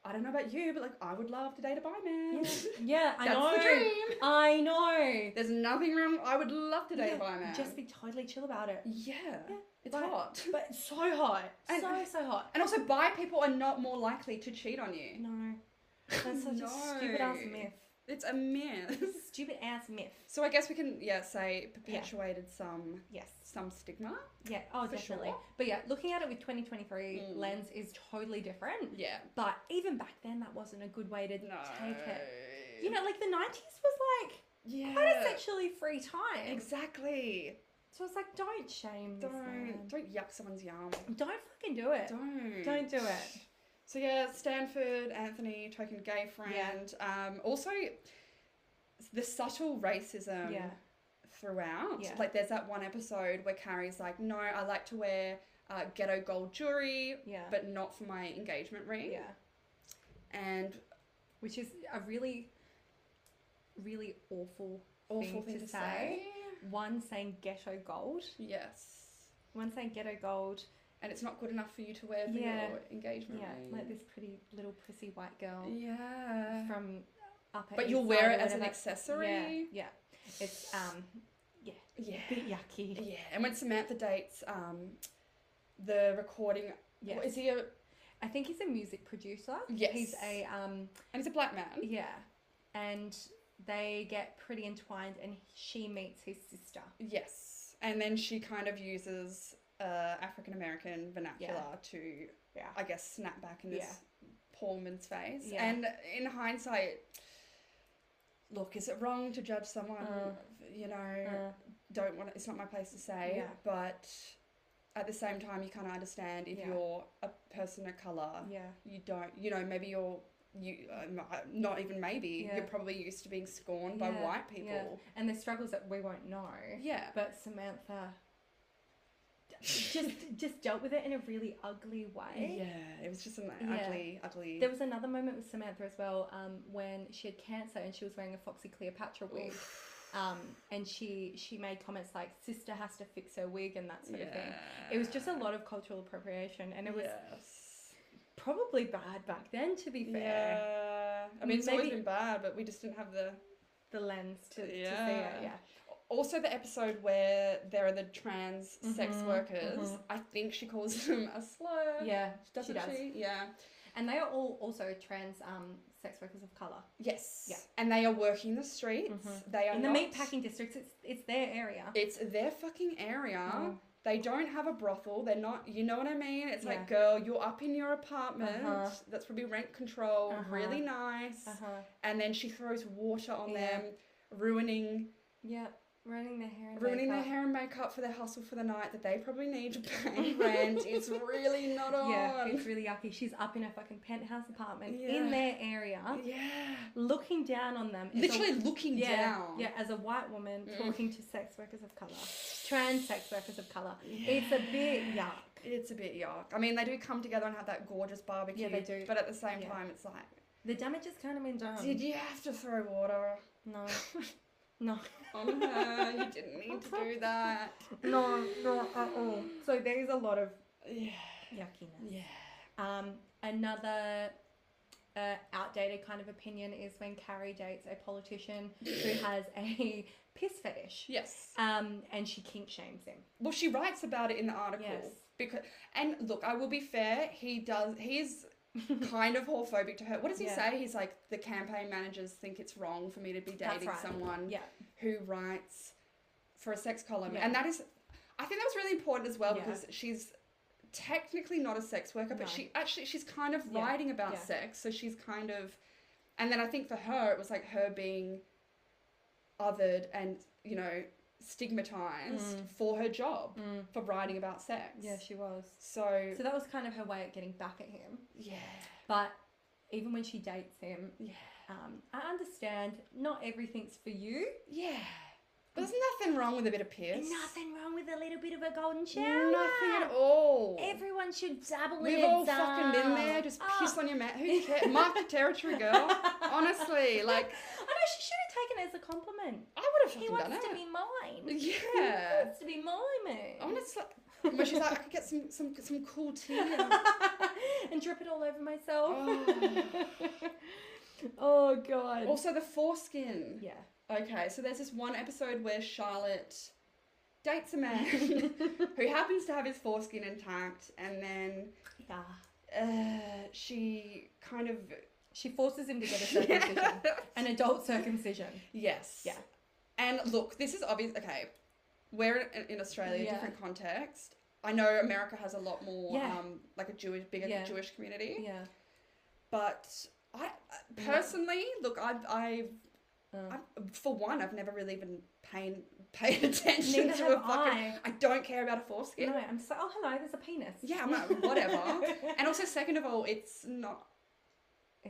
S3: I don't know about you, but like, I would love to date a bi man. [LAUGHS]
S1: yeah, I
S3: That's
S1: know.
S3: the dream.
S1: I know.
S3: There's nothing wrong. I would love to date a bi man.
S1: Just be totally chill about it.
S3: yeah, it's
S1: bi-
S3: hot. [LAUGHS]
S1: But it's so hot.
S3: And-
S1: so so hot.
S3: And also, bi people are not more likely to cheat on you.
S1: No. That's such a stupid ass
S3: No.
S1: myth. [LAUGHS]
S3: It's a myth. [LAUGHS]
S1: Stupid ass myth.
S3: so I guess we can, yeah, say
S1: Yeah.
S3: perpetuated some
S1: Yes.
S3: some stigma.
S1: Yeah. Oh,
S3: For
S1: definitely.
S3: sure.
S1: But yeah, looking at it with 2023
S3: Mm.
S1: lens is totally different.
S3: Yeah.
S1: But even back then, that wasn't a good way to take it. You
S3: You know,
S1: know, like the 90s was like
S3: yeah.
S1: quite a sexually free time.
S3: Exactly.
S1: so it's like, don't shame this man.
S3: Don't don't yuck someone's yum.
S1: Don't fucking do it.
S3: Don't.
S1: Don't do it.
S3: So yeah, Stanford, Anthony, token gay friend. Um, also, the subtle racism
S1: Yeah.
S3: throughout.
S1: Yeah.
S3: Like there's that one episode where Carrie's like, "No, I like to wear uh, ghetto gold jewelry,
S1: Yeah.
S3: but not for my engagement ring."
S1: yeah.
S3: And
S1: Which is a really, really awful,
S3: awful thing to, say.
S1: One saying ghetto gold,
S3: Yes.
S1: one saying ghetto gold.
S3: And it's not good enough for you to wear for
S1: Yeah.
S3: your engagement
S1: Yeah,
S3: ring.
S1: like this pretty little prissy white girl
S3: Yeah.
S1: from upper.
S3: But
S1: East
S3: you'll wear
S1: Side
S3: it
S1: or
S3: as an
S1: whatever.
S3: accessory.
S1: Yeah, yeah. It's um
S3: Yeah.
S1: a bit yucky.
S3: Yeah, and when Samantha dates um, the recording,
S1: Yeah.
S3: what, is he a
S1: I think he's a music producer.
S3: Yes.
S1: He's a um
S3: and he's a black man?
S1: yeah. And they get pretty entwined and she meets his sister.
S3: Yes, and then she kind of uses uh, African American vernacular to,
S1: Yeah.
S3: I guess, snap back in this poor man's face.
S1: Yeah.
S3: And in hindsight, look, is it wrong to judge someone?
S1: Uh.
S3: you know,
S1: Uh,
S3: don't want. It's not my place to say,
S1: Yeah.
S3: but at the same time, you kind of understand if
S1: Yeah.
S3: you're a person of color.
S1: yeah.
S3: you don't you know maybe you're you uh, m- uh, not even maybe
S1: Yeah.
S3: you're probably used to being scorned by
S1: Yeah,
S3: white
S1: yeah.
S3: people
S1: And the struggles that we won't know.
S3: yeah
S1: But Samantha just just dealt with it in a really ugly way.
S3: yeah it was just an
S1: Yeah.
S3: ugly ugly
S1: There was another moment with Samantha as well um, when she had cancer and she was wearing a Foxy Cleopatra wig. Um, and she she made comments like sister has to fix her wig and that sort of thing. It was just a lot of cultural appropriation and it was
S3: Yes.
S1: probably bad back then to be fair.
S3: yeah i mean it's always
S1: Maybe-
S3: been bad but we just didn't have the
S1: The lens to, to see it,
S3: Yeah.
S1: yeah.
S3: also the episode where there are the trans sex
S1: Mhm,
S3: workers
S1: mhm.
S3: i think she calls [LAUGHS] them a slur
S1: Yeah,
S3: doesn't
S1: she does.
S3: she yeah
S1: And they are all also trans um, sex workers of colour.
S3: yes
S1: Yeah.
S3: and they are working the streets
S1: Mhm.
S3: they are
S1: In the
S3: not-
S1: meatpacking districts, it's it's their area.
S3: it's their fucking area.
S1: Mm.
S3: They don't have a brothel. They're not, you know what I mean? It's
S1: Yeah.
S3: like, girl, you're up in your apartment.
S1: Uh-huh.
S3: That's probably rent control,
S1: Uh-huh.
S3: really nice.
S1: Uh-huh.
S3: And then she throws water on
S1: Yeah.
S3: them, ruining
S1: Yeah. Ruining their hair and
S3: ruining
S1: makeup.
S3: their hair and makeup for their hustle for the night that they probably need to pay [LAUGHS] rent. it's really not on.
S1: Yeah, it's really yucky. She's up in her fucking penthouse apartment
S3: Oh, Yeah.
S1: in their area,
S3: Yeah.
S1: looking down on them. as a-
S3: Literally looking
S1: yeah,
S3: down.
S1: Yeah, as a white woman
S3: Mm.
S1: talking to sex workers of color, trans sex workers of color. It's a bit yuck.
S3: It's a bit yuck. I mean, they do come together and have that gorgeous barbecue.
S1: they do.
S3: But at the same
S1: Yeah. Um,
S3: time, it's like,
S1: The damage has kind of been done.
S3: did you have to throw water?
S1: No,
S3: [LAUGHS]
S1: no,
S3: on her. You didn't need to do that.
S1: [LAUGHS] no, no at all. So there is a lot of
S3: Yeah.
S1: yuckiness.
S3: Yeah.
S1: Um, another uh, outdated kind of opinion is when Carrie dates a politician
S3: [GASPS]
S1: who has a piss fetish.
S3: Yes.
S1: Um, and she kink shames him.
S3: Well, she writes about it in the article
S1: Yes.
S3: because, and look, I will be fair. He does.
S1: [LAUGHS]
S3: He is kind of homophobic to her. What does he
S1: Yeah.
S3: say? He's like the campaign managers think it's wrong for me to be dating
S1: right.
S3: someone
S1: Yeah.
S3: who writes for a sex column,
S1: Yeah.
S3: and that is, I think that was really important as well
S1: Yeah.
S3: because she's technically not a sex worker, but
S1: No.
S3: she actually she's kind of
S1: Yeah.
S3: writing about
S1: Yeah.
S3: sex, so she's kind of, and then I think for her it was like her being othered and you know stigmatized
S1: Mm.
S3: for her job
S1: Mm.
S3: for writing about sex.
S1: Yeah, she was.
S3: So,
S1: So that was kind of her way of getting back at him.
S3: yeah,
S1: But even when she dates him,
S3: yeah,
S1: um, I understand not everything's for you.
S3: Yeah. But there's nothing wrong with a bit of piss.
S1: And nothing wrong with a little bit of a golden shower.
S3: Nothing at all.
S1: Everyone should dabble in
S3: We've
S1: it.
S3: all fucking been there,
S1: darling.
S3: just
S1: Oh.
S3: piss on your mat. [LAUGHS] Who cares? Mark the territory, girl.
S1: [LAUGHS]
S3: Honestly, like
S1: I know she should have taken it as a compliment.
S3: [LAUGHS] I would have
S1: He
S3: fucking done
S1: wants
S3: it.
S1: to be mine. He
S3: [LAUGHS] yeah.
S1: wants to be my man.
S3: Honestly, but she's like, I could get some some some cool tea. And [LAUGHS] I'm-
S1: [LAUGHS] and drip it all over myself.
S3: Oh.
S1: [LAUGHS] oh god.
S3: also, the foreskin. [LAUGHS]
S1: yeah.
S3: Okay, so there's this one episode where Charlotte dates a man [LAUGHS] who happens to have his foreskin intact, and then
S1: [LAUGHS] Yeah.
S3: uh, she kind of
S1: She forces him to
S3: [LAUGHS]
S1: get a circumcision. An adult circumcision.
S3: Yes.
S1: Yeah.
S3: And look, this is obvious. Okay, we're in, in Australia,
S1: Yeah.
S3: different context. I know America has a lot more,
S1: Yeah.
S3: um, like a Jewish, bigger
S1: Yeah.
S3: Jewish community.
S1: Yeah.
S3: But I personally, look, I've, I've,
S1: Uh.
S3: I've, for one, I've never really even paid [LAUGHS] paid attention
S1: Neither
S3: to a
S1: have
S3: fucking. [LAUGHS]
S1: I.
S3: don't care about a foreskin.
S1: No, I'm so oh hello, there's a penis.
S3: Yeah, I'm like
S1: [LAUGHS]
S3: whatever. and also, second of all, it's not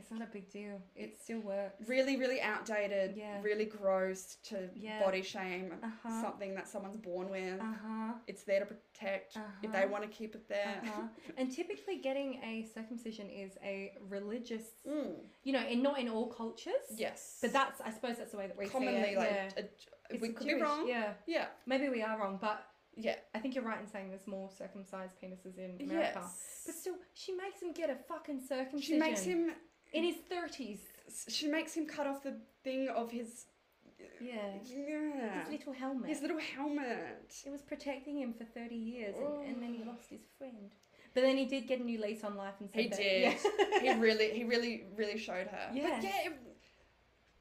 S1: It's not a big deal. It still works.
S3: really, really outdated.
S1: Yeah.
S3: Really gross to
S1: Yeah.
S3: body shame
S1: Uh-huh.
S3: something that someone's born with.
S1: Uh-huh.
S3: It's there to protect if they
S1: Uh-huh.
S3: want to keep it there.
S1: Uh-huh. and typically getting a circumcision is a religious
S3: [LAUGHS] Mm,
S1: you know, and not in all cultures.
S3: Yes,
S1: But that's I suppose that's the way that we see
S3: commonly
S1: it.
S3: like
S1: yeah.
S3: a-
S1: It's
S3: we could
S1: Jewish,
S3: be wrong. Yeah,
S1: Yeah.
S3: yeah.
S1: Maybe we are wrong, but I think you're right in saying there's more circumcised penises in America. But
S3: Yes,
S1: still, she makes him get a fucking circumcision.
S3: she makes him.
S1: in his thirties.
S3: She makes him cut off the thing of his.
S1: Yeah.
S3: Yeah.
S1: His little helmet.
S3: His little helmet.
S1: it was protecting him for thirty years, and, and then he lost his friend. But then he did get a new lease on life, and said
S3: Oh. He
S1: that-
S3: did.
S1: [LAUGHS] Yeah.
S3: he really, he really, really showed her.
S1: Yeah.
S3: But yeah, it,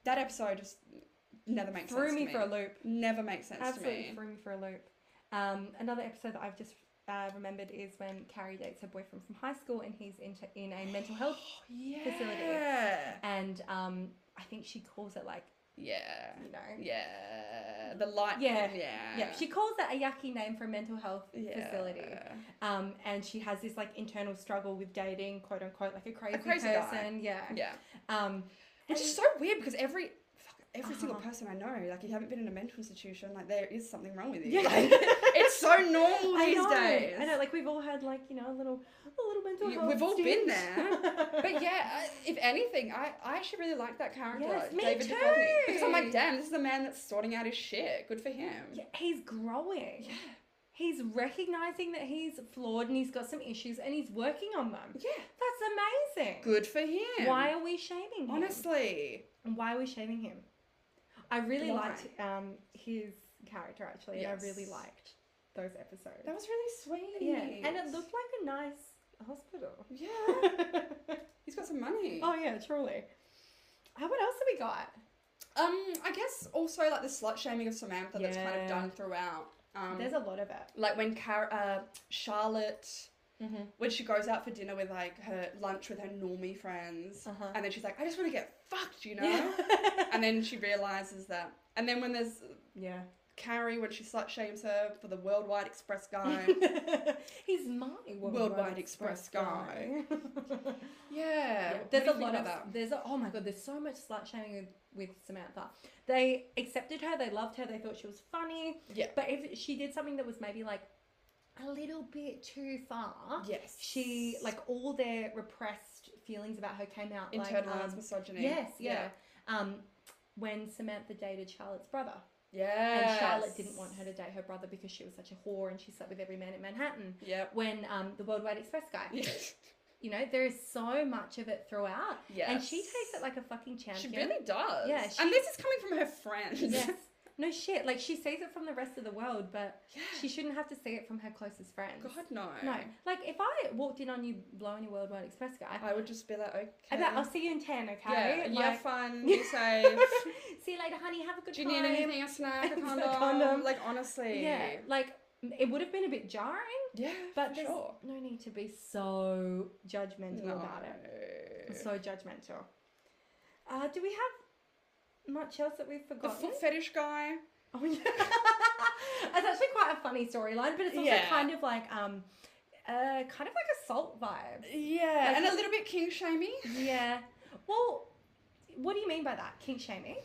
S3: that episode just never makes
S1: [LAUGHS] threw
S3: sense
S1: me
S3: to
S1: for a loop.
S3: Never makes sense
S1: Absolutely
S3: to me.
S1: threw me for a loop. Um, another episode that I've just uh, remembered is when Carrie dates her boyfriend from high school, and he's in, in a mental health,
S3: Oh, yeah.
S1: Facility.
S3: Yeah.
S1: and um, I think she calls it like
S3: Yeah.
S1: you know.
S3: Yeah, the light.
S1: Yeah.
S3: yeah,
S1: Yeah, she calls that a yucky name for a mental health
S3: Yeah.
S1: facility. Um, and she has this like internal struggle with dating, quote unquote, like a crazy,
S3: crazy guy.
S1: person. Yeah.
S3: Yeah,
S1: Um,
S3: which is so weird because every fuck, every single
S1: Uh-huh.
S3: person I know, like you haven't been in a mental institution, like there is something wrong with
S1: [LAUGHS]
S3: you.
S1: Yeah.
S3: Like, it's so
S1: [LAUGHS]
S3: normal
S1: I
S3: these
S1: know,
S3: days.
S1: I know, like we've all had like you know a little, a little mental
S3: You-
S1: health.
S3: we've all been
S1: stint.
S3: there.
S1: [LAUGHS]
S3: But yeah, I, if anything, I, I actually really like that character,
S1: Yes, me
S3: David
S1: too.
S3: Duchovny, because I'm like, damn, this is the man that's sorting out his shit. Good for him.
S1: Yeah, he's growing. Yeah. He's recognizing that he's flawed and he's got some issues and he's working on them.
S3: Yeah,
S1: That's amazing.
S3: good for him.
S1: Why are we shaming him?
S3: Honestly,
S1: And why are we shaming him? I really
S3: Why?
S1: liked um, his character actually. and I really
S3: Yes.
S1: liked those episodes.
S3: that was really sweet.
S1: yeah, and it looked like a nice
S3: [LAUGHS]
S1: hospital. [LAUGHS]
S3: Yeah, he's got some money.
S1: oh yeah, truly. Uh, what else have we got?
S3: Um, I guess also like the slut shaming of Samantha that's kind
S1: Yeah.
S3: of done throughout. Um,
S1: There's a lot of it.
S3: like when Car- uh, Charlotte,
S1: Mm-hmm.
S3: when she goes out for dinner with like her lunch with her normie friends,
S1: Uh-huh.
S3: and then she's like, I just want to get fucked, you know.
S1: Yeah.
S3: [LAUGHS] and then she realizes that. And then when there's
S1: [LAUGHS] yeah.
S3: Carrie, when she slut shames her for the Worldwide
S1: [LAUGHS]
S3: Express guy.
S1: He's my Worldwide,
S3: Worldwide Express
S1: [LAUGHS]
S3: guy.
S1: guy.
S3: yeah,
S1: Yeah,
S3: what
S1: there's
S3: do
S1: a
S3: you think
S1: lot of
S3: about that.
S1: there's a, oh my god, there's so much slut shaming with, with Samantha. They accepted her, they loved her, they thought she was funny.
S3: Yeah.
S1: But if she did something that was maybe like a little bit too far,
S3: Yes,
S1: she like all their repressed feelings about her came out like,
S3: internalized
S1: um,
S3: misogyny.
S1: Yes, yeah. Um, when Samantha dated Charlotte's brother,
S3: yeah.
S1: and Charlotte didn't want her to date her brother because she was such a whore and she slept with every man in Manhattan.
S3: Yep. [LAUGHS]
S1: When um, the Worldwide Express guy,
S3: yes.
S1: you know, there is so much of it throughout, and she takes it like a fucking
S3: She
S1: champion.
S3: really does.
S1: Yeah, she-
S3: and this is coming from her friends. [LAUGHS]
S1: Yes. No shit. Like she sees it from the rest of the world, but
S3: Yeah.
S1: she shouldn't have to see it from her closest friends.
S3: God no.
S1: No. Like if I walked in on you blowing your Worldwide Express guy,
S3: I would just be like, okay.
S1: I'd be like, I'll see you in ten, okay?
S3: yeah, you have
S1: Like, [LAUGHS]
S3: fun. Be safe.
S1: see you later, honey. Have a good
S3: [LAUGHS] Do you
S1: time.
S3: need anything?
S1: [LAUGHS]
S3: A snack?
S1: It's
S3: A
S1: a
S3: condom?
S1: condom.
S3: Like honestly.
S1: Yeah. Like it would have been a bit jarring,
S3: Yeah.
S1: but
S3: for
S1: there's
S3: sure.
S1: no need to be so judgmental about it. So judgmental. Uh, do we have much else that we've
S3: The
S1: forgotten?
S3: foot fetish guy.
S1: [LAUGHS] Oh yeah. [LAUGHS] it's actually quite a funny storyline, but it's also
S3: Yeah.
S1: kind of like um uh kind of like assault vibe.
S3: Yeah,
S1: Like
S3: and
S1: he-
S3: a little bit king shamey.
S1: Yeah. Well, What do you mean by that? Kink shaming?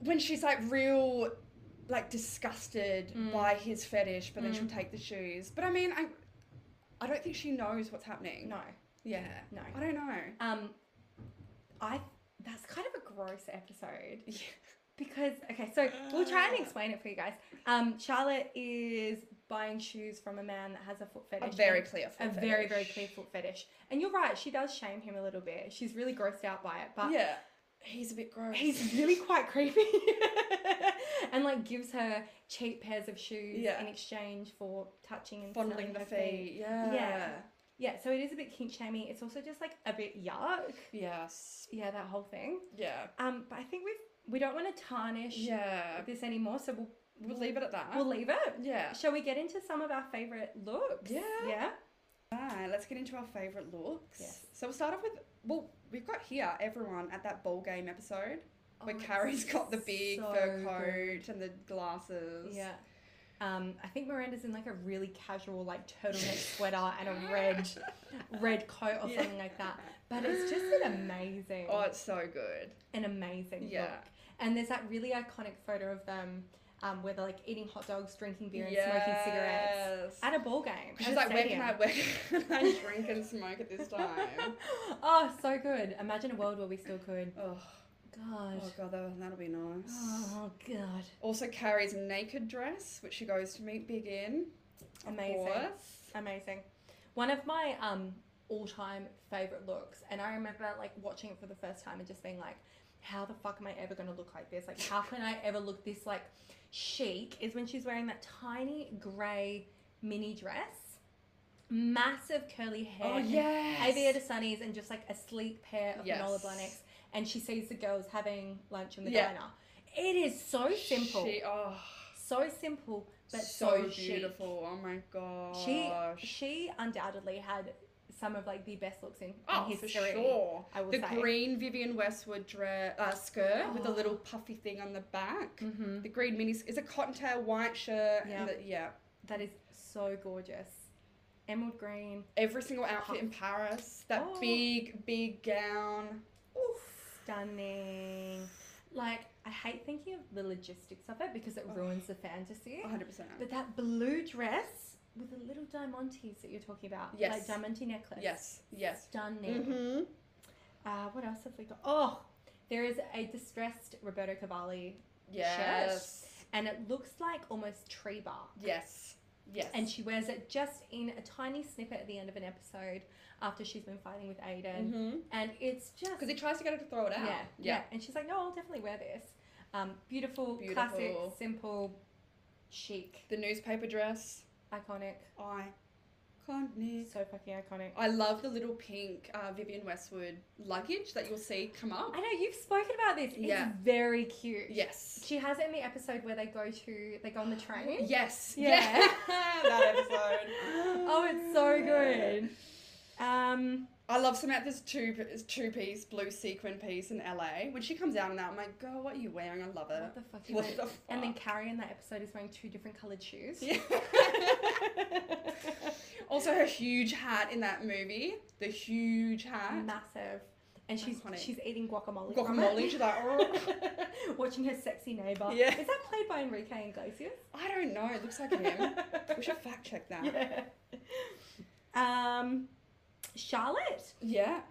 S3: when she's like real like disgusted
S1: Mm.
S3: by his fetish but then
S1: Mm.
S3: she'll take the shoes but i mean i i don't think she knows what's happening
S1: No,
S3: yeah
S1: no.
S3: i don't know
S1: Um, I that's kind of a gross episode because okay, so we'll try and explain it for you guys. Um, Charlotte is buying shoes from a man that has a foot
S3: a
S1: fetish.
S3: very
S1: and-
S3: clear
S1: a
S3: foot
S1: very very
S3: fetish.
S1: clear foot fetish, and you're right. She does shame him a little bit. She's really grossed out by it, but
S3: yeah he's a bit gross [LAUGHS]
S1: he's really quite creepy [LAUGHS] and like gives her cheap pairs of shoes
S3: Yeah.
S1: in exchange for touching and
S3: fondling
S1: smelling
S3: the
S1: her
S3: feet yeah
S1: Yeah. Yeah, so it is a bit kink shamey. It's also just like a bit yuck.
S3: yes
S1: Yeah, that whole thing.
S3: yeah
S1: Um, but I think we've we don't want to tarnish
S3: yeah
S1: this anymore, so we'll
S3: we'll leave it at that
S1: we'll leave it.
S3: yeah
S1: Shall we get into some of our favorite looks?
S3: Yeah.
S1: Yeah.
S3: Alright, let's get into our favourite looks.
S1: Yes.
S3: So we'll start off with well, we've got here everyone at that ball game episode where
S1: Oh,
S3: Carrie's
S1: it's
S3: got the big
S1: so
S3: fur
S1: good.
S3: coat and the glasses.
S1: Yeah. Um, I think Miranda's in like a really casual like
S3: [LAUGHS]
S1: turtleneck sweater and a red red coat or
S3: Yeah.
S1: something like that. But it's just an amazing
S3: Oh, it's so good.
S1: an amazing
S3: Yeah.
S1: look. And there's that really iconic photo of them um, where they're like eating hot dogs, drinking beer, and smoking cigarettes
S3: Yes.
S1: at a ball game.
S3: She's like, where can I where can I [LAUGHS] drink and smoke at
S1: [LAUGHS]
S3: this time?
S1: oh, so good. Imagine a world where we still could.
S3: Oh,
S1: God.
S3: oh god, that, that'll be nice.
S1: Oh, God.
S3: Also, Carrie's naked dress, which she goes to meet Big in. of
S1: Amazing.
S3: course.
S1: Amazing. One of my um all-time favorite looks, and I remember like watching it for the first time and just being like, "How the fuck am I ever gonna look like this? Like, how can I ever look this like chic?" Is when she's wearing that tiny grey mini dress, massive curly hair,
S3: Oh
S1: and
S3: yes.
S1: aviator sunnies, and just like a sleek pair of
S3: Yes.
S1: Manola Blahniks, and she sees the girls having lunch in the
S3: Yeah.
S1: diner. It is so simple,
S3: She, oh,
S1: so simple, but
S3: so,
S1: so, chic.
S3: beautiful. Oh my gosh.
S1: She she undoubtedly had some of like the best looks in, in
S3: Oh, for
S1: history.
S3: sure.
S1: I will
S3: The
S1: say.
S3: green Vivian Westwood dress, uh, skirt with a
S1: Oh.
S3: little puffy thing on the back.
S1: Mhm.
S3: The green mini is a cottontail white shirt.
S1: Yeah.
S3: And the, yeah.
S1: That is so gorgeous. Emerald green.
S3: Every single outfit in Paris. That
S1: Oh.
S3: big, big gown.
S1: Stunning. Like I hate thinking of the logistics of it because it
S3: Oh.
S1: ruins the fantasy.
S3: 100%.
S1: But that blue dress with the little diamantes that you're talking about.
S3: Yes.
S1: Like diamante necklace.
S3: Yes. Yes.
S1: Stunning.
S3: Mm-hmm.
S1: Uh, what else have we got? Oh, there is a distressed Roberto Cavalli
S3: Yes.
S1: and it looks like almost tree bark.
S3: Yes. Yes.
S1: And she wears it just in a tiny snippet at the end of an episode after she's been fighting with Aiden.
S3: Mhm.
S1: And it's just.
S3: Because he tries to get her to throw it
S1: Mm-hmm. yeah,
S3: out.
S1: yeah, And she's like, no, I'll definitely wear this. Um, beautiful, classic,
S3: Beautiful.
S1: simple, chic,
S3: The newspaper dress.
S1: iconic.
S3: Iconic.
S1: So fucking iconic.
S3: I love the little pink uh, Vivian Westwood luggage that you'll see come up.
S1: I know, you've spoken about this.
S3: Yeah.
S1: It's very cute.
S3: Yes.
S1: She has it in the episode where they go to, they go on the train.
S3: Yes.
S1: Yeah. [LAUGHS]
S3: [LAUGHS] that episode.
S1: Oh, it's so good. Um,
S3: I love Samantha's two two piece blue sequin piece in LA. When she comes out in that, I'm like, girl, what are you wearing? I love
S1: what
S3: it.
S1: the fuck? is
S3: Uh, What
S1: it?
S3: the fuck?
S1: and then Carrie in that episode is wearing two different coloured shoes.
S3: Yeah.
S1: [LAUGHS]
S3: [LAUGHS] also her huge hat in that movie. The huge hat.
S1: massive. And she's
S3: Iconic.
S1: she's eating guacamole. from it.
S3: Guacamole. She's like, "Oh."
S1: [LAUGHS] Watching her sexy neighbor.
S3: Yeah.
S1: Is that played by Enrique Iglesias?
S3: I don't know. It looks like him.
S1: [LAUGHS]
S3: We should fact check that. Yeah.
S1: yeah. Um, Charlotte.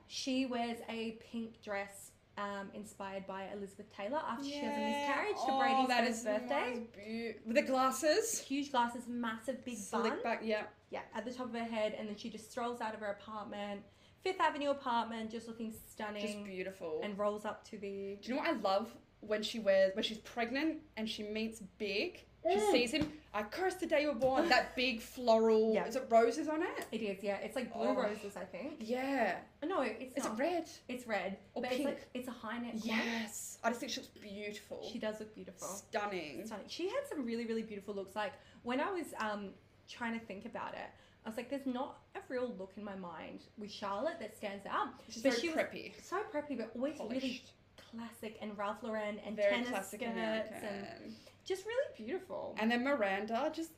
S1: She wears a pink dress um, inspired by Elizabeth Taylor after she has a miscarriage to
S3: oh,
S1: Brady's
S3: that
S1: first
S3: is
S1: birthday.
S3: most beau- With the glasses.
S1: Huge glasses, massive big
S3: Slick
S1: bun.
S3: back. Yeah.
S1: Yeah, at the top of her head, and then she just strolls out of her apartment, Fifth Avenue apartment, just looking
S3: Just
S1: stunning,
S3: beautiful.
S1: and rolls up to the
S3: Do you know what I love when she wears when she's pregnant and she meets Big? She
S1: Mm.
S3: sees him. I curse the day you
S1: [GASPS]
S3: were born. That big floral.
S1: Yeah.
S3: Is it roses on it?
S1: It is, yeah. It's like blue
S3: Oh.
S1: roses, I think.
S3: Yeah.
S1: No, it's
S3: Is it
S1: not.
S3: red?
S1: It's red.
S3: Or
S1: but
S3: pink?
S1: it's like it's a high neck. one.
S3: Yes. I just think she looks beautiful.
S1: She does look beautiful.
S3: Stunning.
S1: Stunning. She had some really, really beautiful looks. Like when I was um trying to think about it, I was like, there's not a real look in my mind with Charlotte that stands out.
S3: She's
S1: But
S3: very
S1: she was
S3: preppy.
S1: So preppy, but always really
S3: Polished.
S1: classic and Ralph Lauren and
S3: Very
S1: tennis
S3: classic
S1: skirts
S3: American.
S1: and just really beautiful.
S3: And then Miranda, just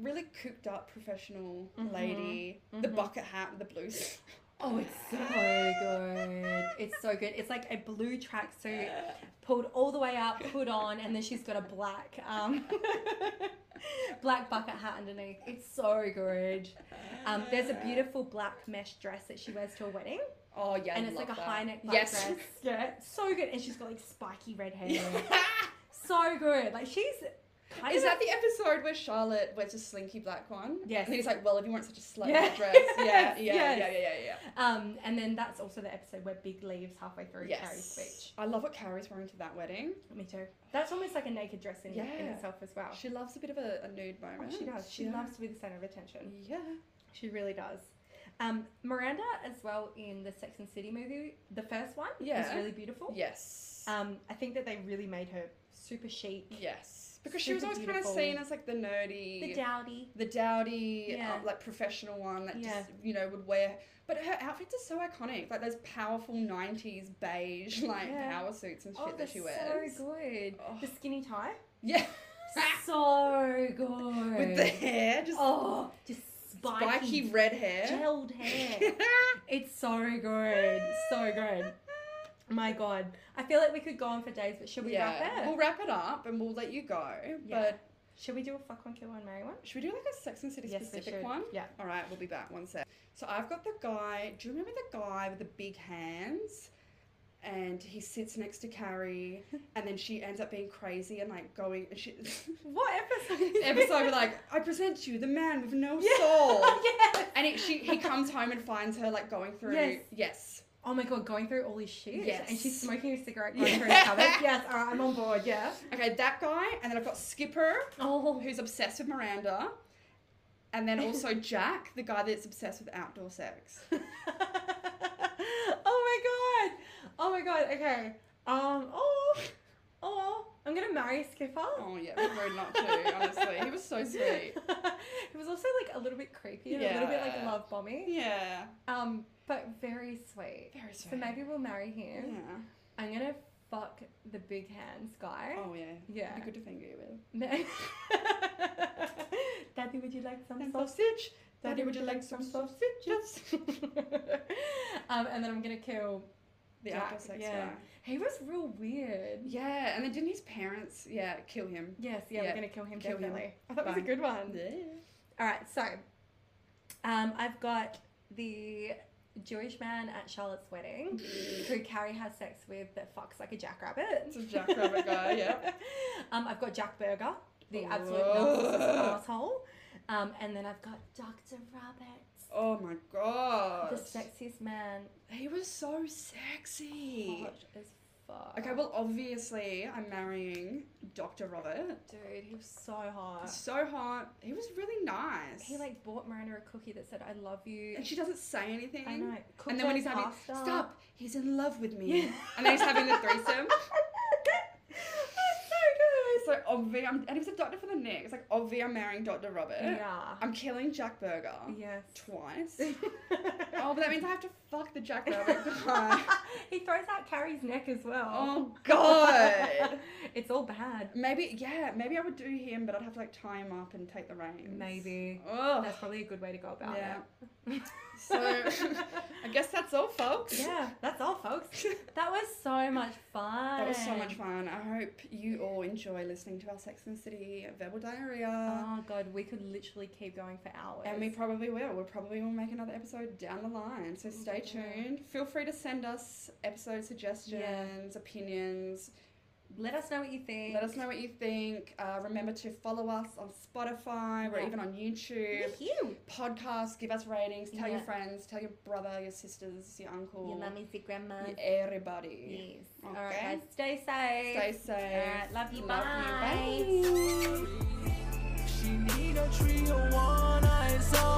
S3: really cooked up professional
S1: Mhm.
S3: lady. The
S1: Mhm. [LAUGHS]
S3: bucket hat, and the blues.
S1: Oh, it's so good. It's so good. It's like a blue tracksuit pulled all the way up, put on, and then she's got a black um, [LAUGHS] black bucket hat underneath. It's so good. Um, there's a beautiful black mesh dress that she wears to a wedding,
S3: Oh yeah,
S1: and
S3: I
S1: it's like a
S3: love that.
S1: high neck black
S3: Yes. [LAUGHS]
S1: dress. Yeah, it's so good. And she's got like spiky red hair.
S3: Is
S1: So good. Like she's kind of-
S3: that the episode where Charlotte wears a slinky black one?
S1: Yes.
S3: And he's like, well, if you want such a slut
S1: Yeah.
S3: yeah. dress, yeah,
S1: [LAUGHS]
S3: yeah,
S1: Yes.
S3: yeah, yeah, yeah, yeah.
S1: um, and then that's also the episode where Big leaves halfway through
S3: Yes.
S1: Carrie's speech.
S3: I love what Carrie's wearing to that wedding.
S1: Me too. That's almost like a naked dress in, in
S3: Yeah.
S1: itself as well.
S3: She loves a bit of a, a nude
S1: Oh,
S3: moment.
S1: she does. She
S3: Yeah.
S1: loves to be the center of attention.
S3: Yeah.
S1: She really does. Um, Miranda, as well, in the Sex and the City movie, the first one, was
S3: Yeah.
S1: really beautiful.
S3: Yes.
S1: Um, I think that they really made her super chic,
S3: yes. Because she was
S1: super
S3: always
S1: beautiful.
S3: kind of seen as like the nerdy.
S1: the dowdy.
S3: the dowdy,
S1: Yeah.
S3: uh, like professional one that
S1: Yeah.
S3: just you know would wear. But her outfits are so iconic, like those powerful '90s beige like
S1: Yeah.
S3: power suits and shit
S1: Oh,
S3: that
S1: that's
S3: she wears.
S1: so good.
S3: Oh.
S1: The skinny tie,
S3: [LAUGHS] Yeah,
S1: [LAUGHS] so good.
S3: with the hair, just
S1: [LAUGHS] oh, just spiky,
S3: spiky, red [LAUGHS] hair.
S1: gelled hair. [LAUGHS] it's so good, so good. My God, I feel like we could go on for days, but should we wrap
S3: yeah,
S1: it?
S3: we'll wrap it up and we'll let you go.
S1: Yeah.
S3: But
S1: Should we do a fuck one, kill one, marry one?
S3: should we do like a Sex and City specific one?
S1: Yeah.
S3: All right, we'll be back one sec. So I've got the guy. Do you remember the guy with the big hands? And he sits next to
S1: [LAUGHS]
S3: Carrie, and then she ends up being crazy and like going. and She, [LAUGHS]
S1: What episode? is
S3: episode
S1: this?
S3: where like I present you the man with
S1: [LAUGHS]
S3: no
S1: Yeah.
S3: soul,
S1: [LAUGHS] yes.
S3: and it, she he comes home and finds her like going through
S1: Yes.
S3: yes.
S1: Oh my god, going through all his shit.
S3: Yes.
S1: And she's smoking a cigarette going through
S3: Yeah.
S1: his cupboard. [LAUGHS] Yes, all right, I'm on board, yeah.
S3: Okay, that guy, and then I've got Skipper,
S1: [LAUGHS] Oh,
S3: who's obsessed with Miranda, and then
S1: [LAUGHS]
S3: also Jack, the guy that's obsessed with outdoor sex.
S1: oh my god. Oh my god, okay. Um, oh, oh, I'm gonna marry Skipper.
S3: Oh yeah, it'd be rude not to. Honestly, he was
S1: [LAUGHS]
S3: so sweet.
S1: he was also like a little bit creepy and a little bit like
S3: Yeah.
S1: love bombing.
S3: Yeah,
S1: Um, but very sweet.
S3: very sweet.
S1: So maybe we'll marry him.
S3: Yeah.
S1: I'm gonna fuck the big hands guy.
S3: Oh yeah.
S1: Yeah.
S3: It'd be good to finger you with.
S1: No. [LAUGHS] Daddy, would you like some
S3: And
S1: sauce?
S3: sausage. Daddy, would you like some sausages?
S1: [LAUGHS]
S3: [LAUGHS]
S1: um, and then I'm gonna kill.
S3: The
S1: Jack,
S3: outdoor sex
S1: yeah.
S3: guy.
S1: He was real weird.
S3: Yeah, and then didn't his parents, yeah, kill him?
S1: Yes, yeah, we're
S3: Yeah,
S1: gonna kill him
S3: kill him.
S1: definitely. I thought that was a
S3: Bye.
S1: good one. All right, so um, I've got the Jewish man at Charlotte's wedding who Carrie has sex with that fucks like a jackrabbit.
S3: It's a
S1: [LAUGHS]
S3: jackrabbit guy, yeah.
S1: Um, I've got Jack Berger, the absolute
S3: Whoa.
S1: narcissist asshole. Um, and then I've got Dr. Roberts,
S3: Oh my god.
S1: the sexiest man.
S3: He was so sexy.
S1: Hot as fuck.
S3: Okay, well, obviously, I'm marrying Dr. Robert.
S1: dude, he was so hot.
S3: He's so hot. He was really nice.
S1: Uh. He like bought Miranda a cookie that said "I love you."
S3: and she doesn't say anything.
S1: I know.
S3: And
S1: Cooked
S3: then when
S1: her
S3: he's having,
S1: pasta. [LAUGHS]
S3: stop, he's in love with me.
S1: Yeah.
S3: And then he's having the
S1: [LAUGHS]
S3: threesome.
S1: That's so
S3: so obvi, I'm, and he was a doctor for the Nick. It's like obvi, I'm marrying Dr. Robert.
S1: good. Yeah.
S3: I'm killing Jack Burger
S1: Yes. [LAUGHS]
S3: twice. [LAUGHS] oh, but that means I have to fuck the Jack Rabbit guy.
S1: he throws out Carrie's neck as well. [LAUGHS]
S3: oh god.
S1: it's all bad.
S3: Maybe yeah, maybe I would do him, but I'd have to like tie him up and take the reins.
S1: Maybe.
S3: Oh,
S1: That's probably a good way to go about
S3: yeah.
S1: it.
S3: So [LAUGHS] I guess that's all, folks.
S1: [LAUGHS] yeah, that's all, folks. That was so much fun.
S3: [LAUGHS] That was so much fun. I hope you all enjoy listening to our Sex and the City verbal diarrhea.
S1: Oh god, we could literally keep going for hours.
S3: and we probably will. We'll probably will make another episode down the line. So stay
S1: Yeah.
S3: tuned. Feel free to send us episode suggestions, opinions,
S1: let us know what you think.
S3: Let us know what you think. Uh, remember to follow us on Spotify. We're
S1: Yeah.
S3: even on YouTube.
S1: [LAUGHS] you.
S3: Podcasts, give us ratings. Tell your
S1: Yeah.
S3: friends. Tell your brother, your sisters, your uncle,
S1: Your mummies, your grandmas.
S3: your everybody.
S1: Yes. All right,
S3: Okay.
S1: guys. Stay safe.
S3: Stay safe.
S1: Alright, love you, bye.
S3: Bye.
S2: She need a trio, one eyes up. Oh,